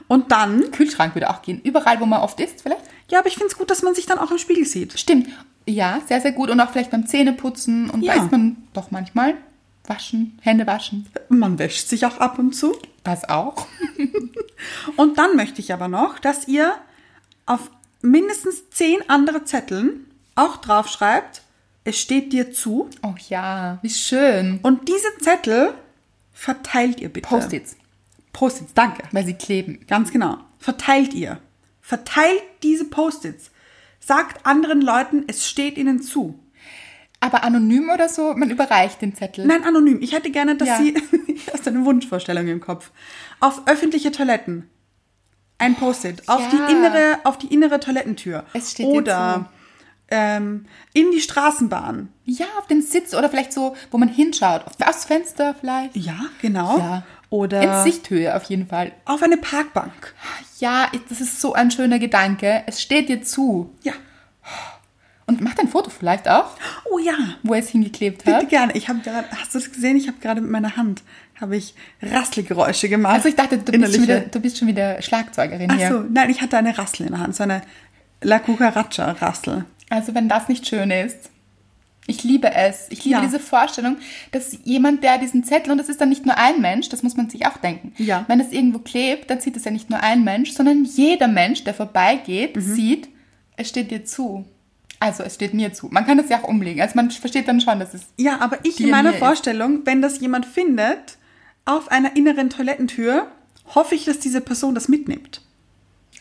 Speaker 2: Und dann.
Speaker 1: Kühlschrank würde auch gehen. Überall, wo man oft ist, vielleicht.
Speaker 2: Ja, aber ich finde es gut, dass man sich dann auch im Spiegel sieht.
Speaker 1: Stimmt. Ja, sehr, sehr gut. Und auch vielleicht beim Zähneputzen und
Speaker 2: Ja.
Speaker 1: da ist man doch manchmal waschen, Hände waschen.
Speaker 2: Man wäscht sich auch ab und zu.
Speaker 1: Das auch.
Speaker 2: Und dann möchte ich aber noch, dass ihr auf mindestens zehn andere Zetteln auch draufschreibt, es steht dir zu.
Speaker 1: Oh ja, wie schön.
Speaker 2: Und äh, diese Zettel verteilt ihr bitte.
Speaker 1: Post-its,
Speaker 2: Post-its, danke.
Speaker 1: weil sie kleben.
Speaker 2: Ganz genau. Verteilt ihr. Verteilt diese Post-its. Sagt anderen Leuten, es steht ihnen zu.
Speaker 1: Aber anonym oder so, man überreicht den Zettel.
Speaker 2: Nein, anonym. Ich hätte gerne, dass
Speaker 1: Ja.
Speaker 2: sie. [LAUGHS] das ist eine Wunschvorstellung im Kopf. Auf öffentliche Toiletten. Ein Post-it. Auf,
Speaker 1: ja.
Speaker 2: die innere, auf die innere Toilettentür.
Speaker 1: Es steht dir
Speaker 2: Oder ähm, in die Straßenbahn.
Speaker 1: Ja, auf den Sitz oder vielleicht so, wo man hinschaut. Auf- Aufs Fenster vielleicht.
Speaker 2: Ja, genau.
Speaker 1: Ja.
Speaker 2: Oder
Speaker 1: In Sichthöhe auf jeden Fall.
Speaker 2: auf eine Parkbank.
Speaker 1: Ja, das ist so ein schöner Gedanke. Es steht dir zu.
Speaker 2: Ja.
Speaker 1: Und macht ein Foto vielleicht auch,
Speaker 2: Oh ja.
Speaker 1: wo er es hingeklebt
Speaker 2: Bitte
Speaker 1: hat.
Speaker 2: gerne. Ich habe gerade, hast du das gesehen? Ich habe gerade mit meiner Hand habe ich Rasselgeräusche gemacht.
Speaker 1: Also ich dachte, du bist,
Speaker 2: Innerliche.
Speaker 1: schon wieder, du bist schon wieder Schlagzeugerin
Speaker 2: Ach
Speaker 1: hier.
Speaker 2: so, nein, ich hatte eine Rassel in der Hand, so eine La Cucaracha Rassel.
Speaker 1: Also wenn das nicht schön ist. Ich liebe es. Ich liebe
Speaker 2: Ja.
Speaker 1: diese Vorstellung, dass jemand, der diesen Zettel, und das ist dann nicht nur ein Mensch, das muss man sich auch denken.
Speaker 2: Ja.
Speaker 1: Wenn es irgendwo klebt, dann sieht es ja nicht nur ein Mensch, sondern jeder Mensch, der vorbeigeht,
Speaker 2: Mhm.
Speaker 1: sieht, es steht dir zu. Also es steht mir zu. Man kann das ja auch umlegen. Also man versteht dann schon, dass es.
Speaker 2: Ja, aber ich
Speaker 1: Die
Speaker 2: in
Speaker 1: in
Speaker 2: meiner
Speaker 1: mir ist.
Speaker 2: Vorstellung, wenn das jemand findet auf einer inneren Toilettentür, hoffe ich, dass diese Person das mitnimmt.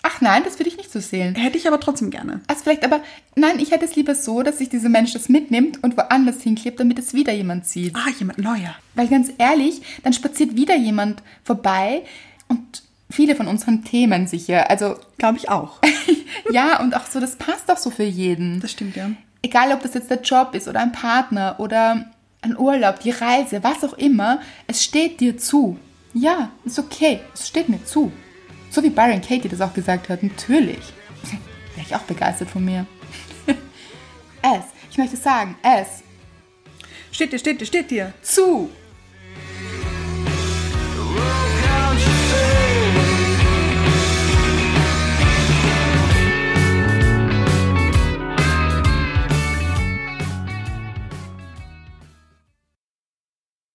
Speaker 1: Ach nein, das würde ich nicht so sehen.
Speaker 2: Hätte ich aber trotzdem gerne.
Speaker 1: Also vielleicht, aber nein, ich hätte es lieber so, dass sich dieser Mensch das mitnimmt und woanders hinklebt, damit es wieder jemand sieht.
Speaker 2: Ah, jemand neuer.
Speaker 1: Weil ganz ehrlich, dann spaziert wieder jemand vorbei und viele von unseren Themen sicher. Also
Speaker 2: Glaube ich auch.
Speaker 1: ja, und auch so, das passt doch so für jeden.
Speaker 2: Das stimmt ja.
Speaker 1: Egal, ob das jetzt der Job ist oder ein Partner oder ein Urlaub, die Reise, was auch immer, es steht dir zu. Ja, ist okay, es steht mir zu. So wie Byron Katie das auch gesagt hat, natürlich. [LAUGHS] Wäre ich auch begeistert von mir. [LAUGHS] es, ich möchte sagen, es
Speaker 2: Steht dir, steht dir, steht dir.
Speaker 1: zu.